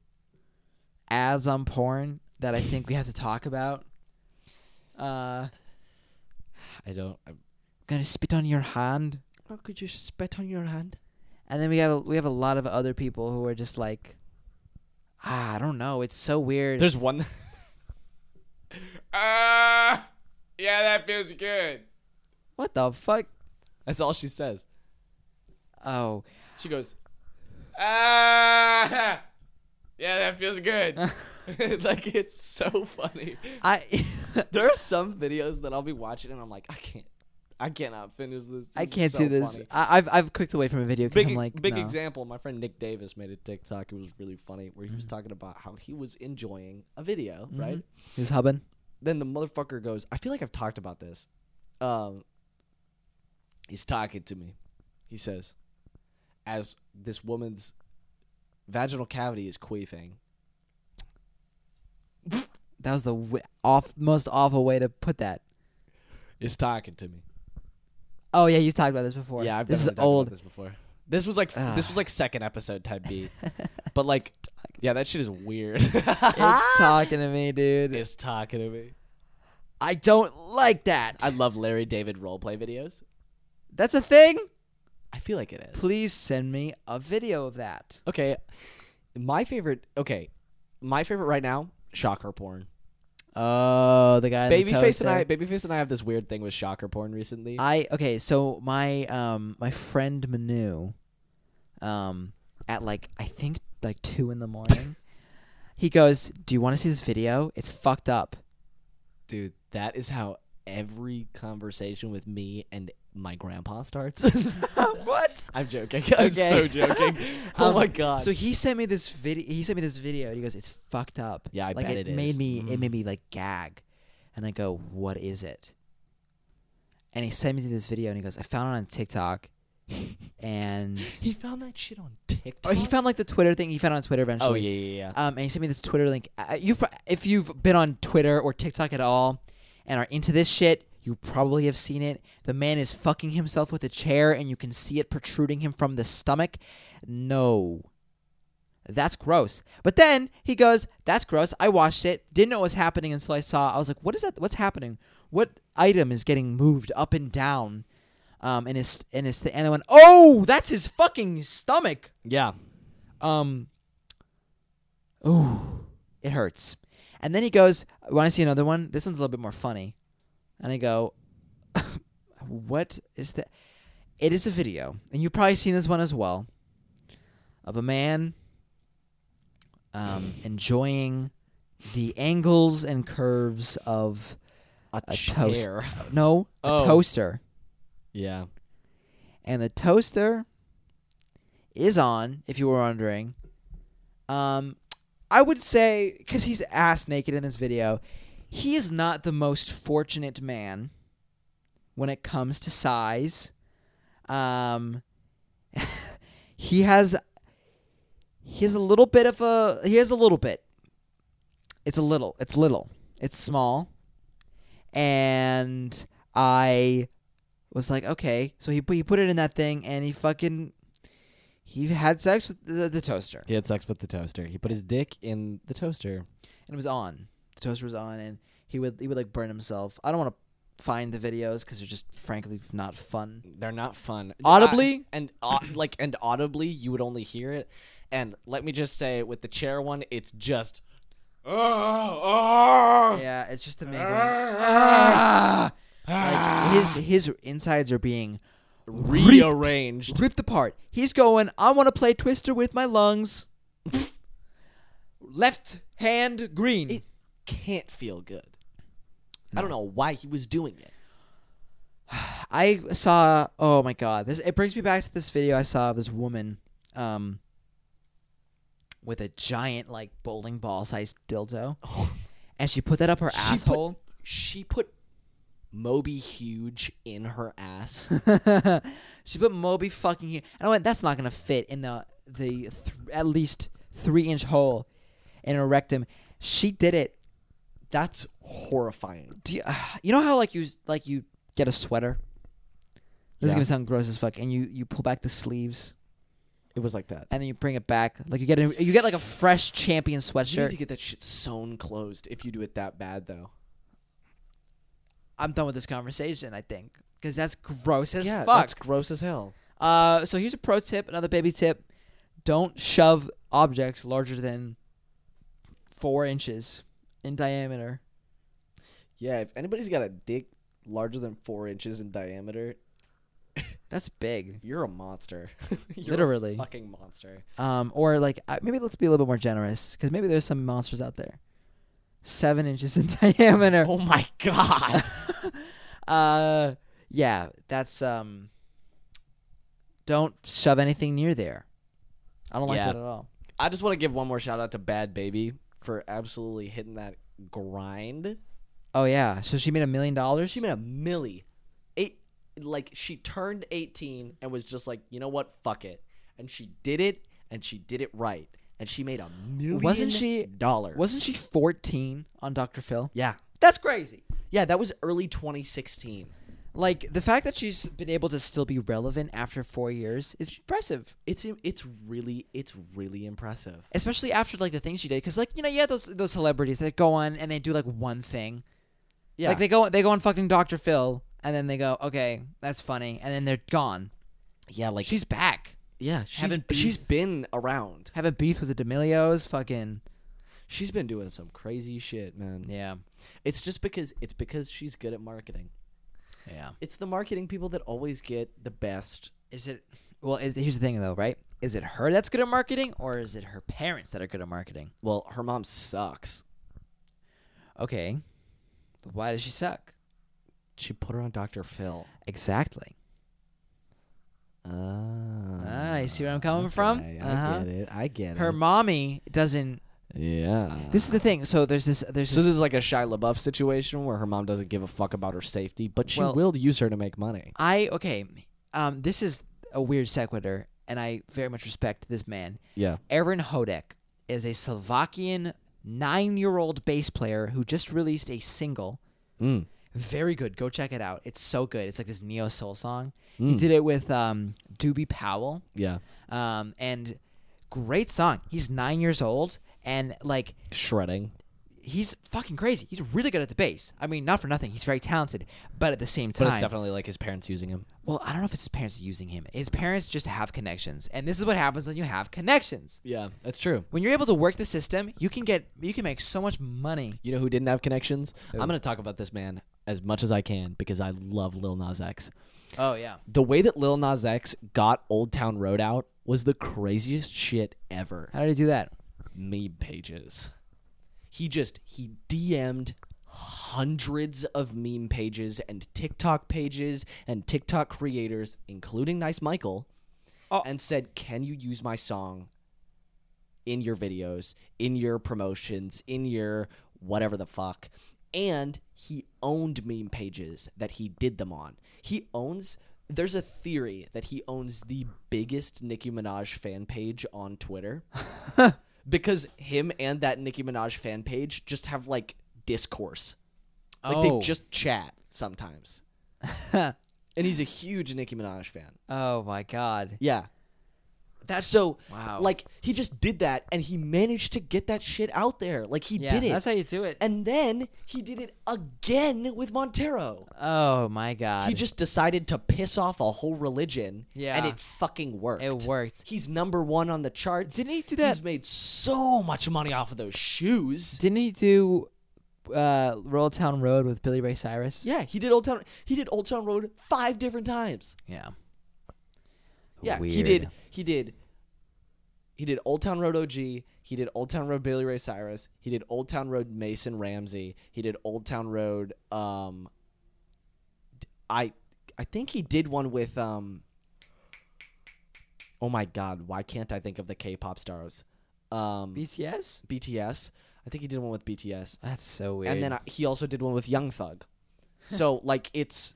Speaker 1: ads on porn that I think we have to talk about. Uh,
Speaker 3: I don't. I,
Speaker 1: gonna spit on your hand,
Speaker 2: How could you spit on your hand?
Speaker 1: and then we have a, we have a lot of other people who are just like, ah, I don't know. It's so weird.
Speaker 2: There's one Ah Yeah, that feels good.
Speaker 1: what the fuck?
Speaker 2: That's all she says.
Speaker 1: Oh,
Speaker 2: She goes, ah, yeah, that
Speaker 1: [LAUGHS]
Speaker 2: feels good. like it's so funny.
Speaker 1: I [LAUGHS]
Speaker 2: [LAUGHS] There are some videos that I'll be watching and I'm like, I can't, I cannot finish this.
Speaker 1: I
Speaker 2: This is
Speaker 1: can't
Speaker 2: so
Speaker 1: do this. [LAUGHS]
Speaker 2: funny."
Speaker 1: I, I've I've clicked away from a video because
Speaker 2: Big, e-,
Speaker 1: I'm like
Speaker 2: big
Speaker 1: no.
Speaker 2: example. My friend Nick Davis made a TikTok. It was really funny where
Speaker 1: Mm.
Speaker 2: he was talking about how he was enjoying a video,
Speaker 1: Mm-hmm.
Speaker 2: right?
Speaker 1: Who's hubbing?
Speaker 2: then the motherfucker goes, I feel like I've talked about this. Um, he's talking to me. He says, as this woman's vaginal cavity is queefing.
Speaker 1: That was the w- off most awful way to put that.
Speaker 2: Is talking to me.
Speaker 1: Oh yeah, you've talked about this before.
Speaker 2: Yeah, I've
Speaker 1: this is
Speaker 2: definitely talked
Speaker 1: old. Ah.
Speaker 2: about this before. This was like this was like second episode type
Speaker 1: [LAUGHS]
Speaker 2: B, but like yeah, that shit is weird. [LAUGHS]
Speaker 1: It's talking to me, dude.
Speaker 2: is talking to me.
Speaker 1: I don't like that.
Speaker 2: I love Larry David roleplay videos.
Speaker 1: That's a thing.
Speaker 2: I feel like it is.
Speaker 1: Please send me a video of that.
Speaker 2: Okay, my favorite. Okay, my favorite right now, shocker porn.
Speaker 1: Oh, the guy.
Speaker 2: Babyface and I, Babyface and I have this weird thing with shocker porn recently.
Speaker 1: I okay. So my um my friend Manu, um at like I think like two in the morning, he goes, "Do you want to see this video? It's fucked
Speaker 2: [LAUGHS]
Speaker 1: up."
Speaker 2: Dude, that is how every conversation with me and my grandpa starts.
Speaker 1: [LAUGHS] What?
Speaker 2: [LAUGHS] I'm joking. I'm
Speaker 1: Okay. [LAUGHS]
Speaker 2: so joking. oh
Speaker 1: Um,
Speaker 2: my god.
Speaker 1: So he sent me this video. He sent me this video, and he goes, "It's fucked up."
Speaker 2: Yeah, I
Speaker 1: like
Speaker 2: bet
Speaker 1: it,
Speaker 2: it
Speaker 1: made
Speaker 2: is.
Speaker 1: me.
Speaker 2: Mm.
Speaker 1: It made me like gag, and I go, "What is it?" And he sent me this video, and he goes, "I found it on
Speaker 2: [LAUGHS]
Speaker 1: TikTok,"
Speaker 3: Mm.
Speaker 1: and
Speaker 2: he found that shit on
Speaker 3: Oh,
Speaker 2: TikTok.
Speaker 1: or he found like the Twitter thing. He found it on Twitter eventually.
Speaker 2: Oh yeah, yeah, yeah.
Speaker 1: Um, and he sent me this Twitter link. Uh, you, pro- if you've been on Twitter or TikTok at all, and are into this shit, you probably have seen it. The man is fucking himself with a chair, and you can see it protruding him from the stomach. No, that's gross. But then he goes, "That's gross." I watched it. Didn't know what was happening until I saw. I was like, "What is that? What's happening? What item is getting moved up and down?" Um, and his and his and I went, "Oh, that's his fucking stomach."
Speaker 2: yeah.
Speaker 1: um ooh it hurts and then he goes want to see another one this one's a little bit more funny and i go [LAUGHS] what is that it is a video and you've probably seen this one as well of a man um, enjoying the angles and curves of
Speaker 2: A,
Speaker 1: a toast
Speaker 2: chair.
Speaker 1: no a
Speaker 2: Oh.
Speaker 1: toaster
Speaker 2: Yeah.
Speaker 1: and the toaster is on. If you were wondering, um, I would say because he's ass naked in this video, he is not the most fortunate man when it comes to size. Um, [LAUGHS] he has he has a little bit of a he has a little bit. It's a little. It's little. It's small. And I was like, okay. So he put, he put it in that thing, and he fucking he had sex with the, the toaster,
Speaker 3: He had sex with the toaster. He put his dick in the toaster.
Speaker 1: and it was on. The toaster was on, and he would he would like burn himself. I don't want to find the videos because they're just frankly not fun.
Speaker 3: They're not fun.
Speaker 1: Audibly?
Speaker 3: I- and au- like and audibly you would only hear it. And let me just say with the chair one, it's just
Speaker 4: Ah,
Speaker 1: Yeah, it's just amazing. Ah! Like his his insides are being
Speaker 3: rearranged.
Speaker 1: ripped apart. He's going, I want to play Twister with my lungs. Left hand green.
Speaker 3: It can't feel good. I don't know why he was doing it.
Speaker 1: I saw. Oh my god, this it brings me back to this video I saw of this woman, um, with a giant like bowling ball sized [LAUGHS] dildo, and she put that up her
Speaker 3: She put-
Speaker 1: asshole.
Speaker 3: She put Moby huge in her ass. [LAUGHS]
Speaker 1: she put Moby fucking here, and I went, "That's not gonna fit in the the th- at least three inch hole in her rectum." She did it.
Speaker 3: That's horrifying.
Speaker 1: Do you, [SIGHS] you know how like you like you get a sweater? This is
Speaker 3: Yeah.
Speaker 1: gonna sound gross as fuck, and you you pull back the sleeves.
Speaker 3: It was like that.
Speaker 1: and then you bring it back. Like you get a, you get like a fresh champion
Speaker 3: You need
Speaker 1: sweatshirt.
Speaker 3: to get that shit sewn closed if you do it that bad though.
Speaker 1: I'm done with this conversation. I think because that's gross as
Speaker 3: yeah,
Speaker 1: fuck.
Speaker 3: that's gross as hell.
Speaker 1: Uh, so here's a pro tip, another baby tip: don't shove objects larger than four inches in diameter.
Speaker 3: Yeah, if anybody's got a dick larger than four inches in diameter,
Speaker 1: That's big,
Speaker 3: you're a [LAUGHS] monster. you're
Speaker 1: literally.
Speaker 3: a fucking monster.
Speaker 1: Um, or like uh, maybe let's be a little bit more generous because maybe there's some monsters out there. Seven [LAUGHS] inches in diameter.
Speaker 3: Oh my god. Oh.
Speaker 1: uh, yeah, that's um. Don't shove anything near there. I don't like
Speaker 3: Yeah.
Speaker 1: that at all.
Speaker 3: I just want to give one more shout out to Bad Baby for absolutely hitting that grind.
Speaker 1: Oh yeah, so she made a million dollars.
Speaker 3: She made a milli. Eight like she turned 18 and was just like, "You know what? Fuck it." And she did it and she did it right. And she made a million
Speaker 1: Wasn't she-
Speaker 3: dollars.
Speaker 1: wasn't she 14 on Dr. Phil?
Speaker 3: Yeah.
Speaker 1: That's crazy.
Speaker 3: Yeah, that was early 2016.
Speaker 1: Like the fact that she's been able to still be relevant after four years is impressive,
Speaker 3: It's it's really it's really impressive.
Speaker 1: especially after like the things she did. Because like you know, you have those those celebrities that go on and they do like one thing.
Speaker 3: Yeah.
Speaker 1: Like they go they go on fucking Dr. Phil and then they go, okay, that's funny, and then they're gone.
Speaker 3: yeah, like
Speaker 1: She's back.
Speaker 3: yeah, she's
Speaker 1: having beef.
Speaker 3: she's been around.
Speaker 1: Having beef with the D'Amelios, fucking
Speaker 3: She's been doing some crazy shit, man.
Speaker 1: yeah,
Speaker 3: It's just because it's because she's good at marketing.
Speaker 1: yeah.
Speaker 3: It's the marketing people that always get the best.
Speaker 1: Is it? Well, is, here's the thing though, right? Is it her that's good at marketing, or is it her parents that are good at marketing?
Speaker 3: Well, her mom sucks.
Speaker 1: Okay, why does she suck?
Speaker 3: She put her on Dr. Phil.
Speaker 1: Exactly.
Speaker 3: Uh,
Speaker 1: Ah, you see where I'm coming from?
Speaker 3: I
Speaker 1: Uh-huh.
Speaker 3: get it. I get
Speaker 1: Her
Speaker 3: it.
Speaker 1: mommy doesn't.
Speaker 3: yeah.
Speaker 1: This is the thing. So there's this. There's
Speaker 3: so
Speaker 1: this.
Speaker 3: this is like a Shia LaBeouf situation where her mom doesn't give a fuck about her safety, but she
Speaker 1: Well-
Speaker 3: will use her to make money.
Speaker 1: I okay. Um, this is a weird sequitur, and I very much respect this man.
Speaker 3: Yeah.
Speaker 1: Aaron Hodek is a Slovakian nine-year-old bass player who just released a single
Speaker 3: Mm.
Speaker 1: Very good. Go check it out. It's so good. It's like this neo soul song.
Speaker 3: Hmm.
Speaker 1: He did it with um, Doobie Powell,
Speaker 3: Yeah.
Speaker 1: um, and great song. He's nine years old, and like
Speaker 3: Shredding.
Speaker 1: he's fucking crazy. He's really good at the bass. I mean, not for nothing. He's very talented, but at the same
Speaker 3: But
Speaker 1: time,
Speaker 3: it's definitely like his parents using him.
Speaker 1: well, I don't know if it's his parents using him. His parents just have connections, and this is what happens when you have connections.
Speaker 3: Yeah, that's true.
Speaker 1: When you're able to work the system, you can get you can make so much money.
Speaker 3: You know who didn't have connections? I'm going to talk about this man as much as I can because I love Lil Nas X.
Speaker 1: Oh yeah.
Speaker 3: The way that Lil Nas X got Old Town Road out was the craziest shit ever.
Speaker 1: How did he do that?
Speaker 3: Meme pages. He just he DM'd hundreds of meme pages and TikTok pages and TikTok creators, including Nice Michael,
Speaker 1: Oh.
Speaker 3: and said, "Can you use my song in your videos, in your promotions, in your whatever the fuck?" and he owned meme pages that he did them on. He owns. There's a theory that he owns the biggest Nicki Minaj fan page
Speaker 1: [LAUGHS]
Speaker 3: on Twitter, because him and that Nicki Minaj fan page just have like discourse, like
Speaker 1: Oh.
Speaker 3: they just chat
Speaker 1: [LAUGHS]
Speaker 3: sometimes. and he's a huge Nicki Minaj fan.
Speaker 1: Oh my god.
Speaker 3: Yeah.
Speaker 1: That's
Speaker 3: So
Speaker 1: Wow.
Speaker 3: like he just did that and he managed to get that shit out there. Like he
Speaker 1: yeah,
Speaker 3: did it.
Speaker 1: That's how you do it.
Speaker 3: and then he did it again with Montero.
Speaker 1: oh my god.
Speaker 3: He just decided to piss off a whole religion and
Speaker 1: Yeah.
Speaker 3: it fucking worked.
Speaker 1: It worked.
Speaker 3: He's number 1 on the charts.
Speaker 1: Didn't he do that-
Speaker 3: He's made so much money off of those shoes.
Speaker 1: didn't he do uh, Roll Town Road with Billy Ray Cyrus?
Speaker 3: yeah, he did Old Town he did Old Town Road 5 different times.
Speaker 1: Yeah.
Speaker 3: Yeah, he
Speaker 1: Weird.
Speaker 3: did. He did. He did Old Town Road OG. He did Old Town Road Billy Ray Cyrus. He did Old Town Road Mason Ramsey. He did Old Town Road. Um, d- I I think he did one with um. Oh my God! Why can't I think of the K-pop stars? Um,
Speaker 1: BTS.
Speaker 3: BTS. I think he did one with BTS,
Speaker 1: That's so weird.
Speaker 3: and then I, he also did one with Young Thug. so like it's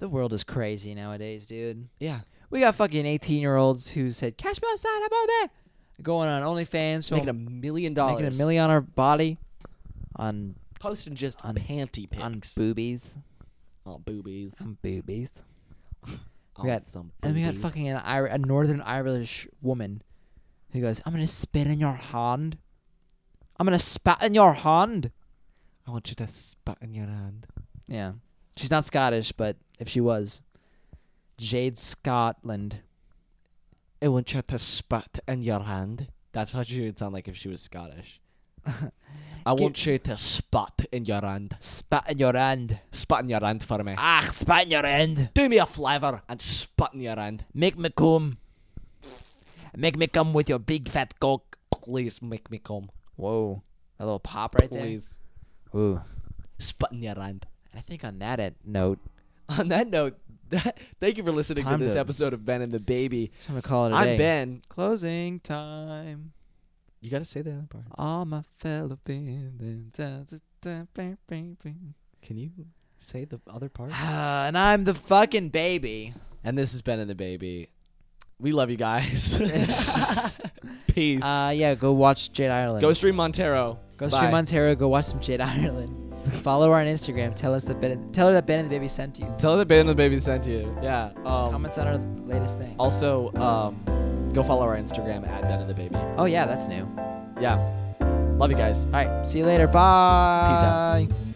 Speaker 1: the world is crazy nowadays, dude. [LAUGHS]
Speaker 3: yeah.
Speaker 1: We got fucking eighteen-year-olds who said "Cash me outside, how about that?" Going on OnlyFans,
Speaker 3: Making
Speaker 1: showing-
Speaker 3: a million dollars.
Speaker 1: making a million on our body, on
Speaker 3: Posting just
Speaker 1: On-
Speaker 3: panty pics.
Speaker 1: on boobies,
Speaker 3: Oh, boobies.
Speaker 1: on boobies.
Speaker 3: Oh,
Speaker 1: We got-
Speaker 3: some
Speaker 1: And we got
Speaker 3: boobies.
Speaker 1: fucking an Ir- a Northern Irish woman who goes, "I'm gonna spit in your hand. I'm gonna spat in your hand."
Speaker 3: I want you to spat in your hand.
Speaker 1: Yeah, she's not Scottish, but if she was, Jade Scotland.
Speaker 3: I want you to spat in your hand. That's what she would sound like if she was [LAUGHS] Scottish. I
Speaker 1: Get-
Speaker 3: want you to spat in your hand.
Speaker 1: Spat in your hand.
Speaker 3: Spat in your hand for me.
Speaker 1: Ah, spat in your hand.
Speaker 3: Do me a flavor and spat in your hand.
Speaker 1: Make me come. Make me come with your big fat cock.
Speaker 3: Please make me come.
Speaker 1: Whoa, a little pop right
Speaker 3: Please.
Speaker 1: there. Ooh.
Speaker 3: Spat in your hand. [LAUGHS]
Speaker 1: And I think on that ed- note,
Speaker 3: On that note, [LAUGHS] that, thank you for listening to
Speaker 1: time
Speaker 3: this
Speaker 1: to-
Speaker 3: episode of Ben and the Baby.
Speaker 1: so I'm gonna call it a
Speaker 3: I'm
Speaker 1: day.
Speaker 3: Ben.
Speaker 1: Closing time.
Speaker 3: You gotta say the other part.
Speaker 1: All my fellow Ben. [SIGHS] And
Speaker 3: Can you say the other part?
Speaker 1: I'm the fucking baby. [LAUGHS]
Speaker 3: And this has been in the baby. We love you [LAUGHS] guys. Peace.
Speaker 1: Uh, yeah, go watch Jade Ireland.
Speaker 3: Go stream Montero.
Speaker 1: Go
Speaker 3: Bye.
Speaker 1: stream Montero. Go watch some Jade [LAUGHS] Ireland. Follow her on Instagram. Tell us that Ben. Tell her that Ben and the Baby sent you.
Speaker 3: Tell the band the baby sent you. Yeah. Um,
Speaker 1: Comments on our latest thing.
Speaker 3: also, um, go follow our Instagram at Ben and the Baby.
Speaker 1: Oh yeah, that's new. All
Speaker 3: Yeah. Love you guys.
Speaker 1: right, see you later. Bye.
Speaker 3: out.
Speaker 1: Peace out.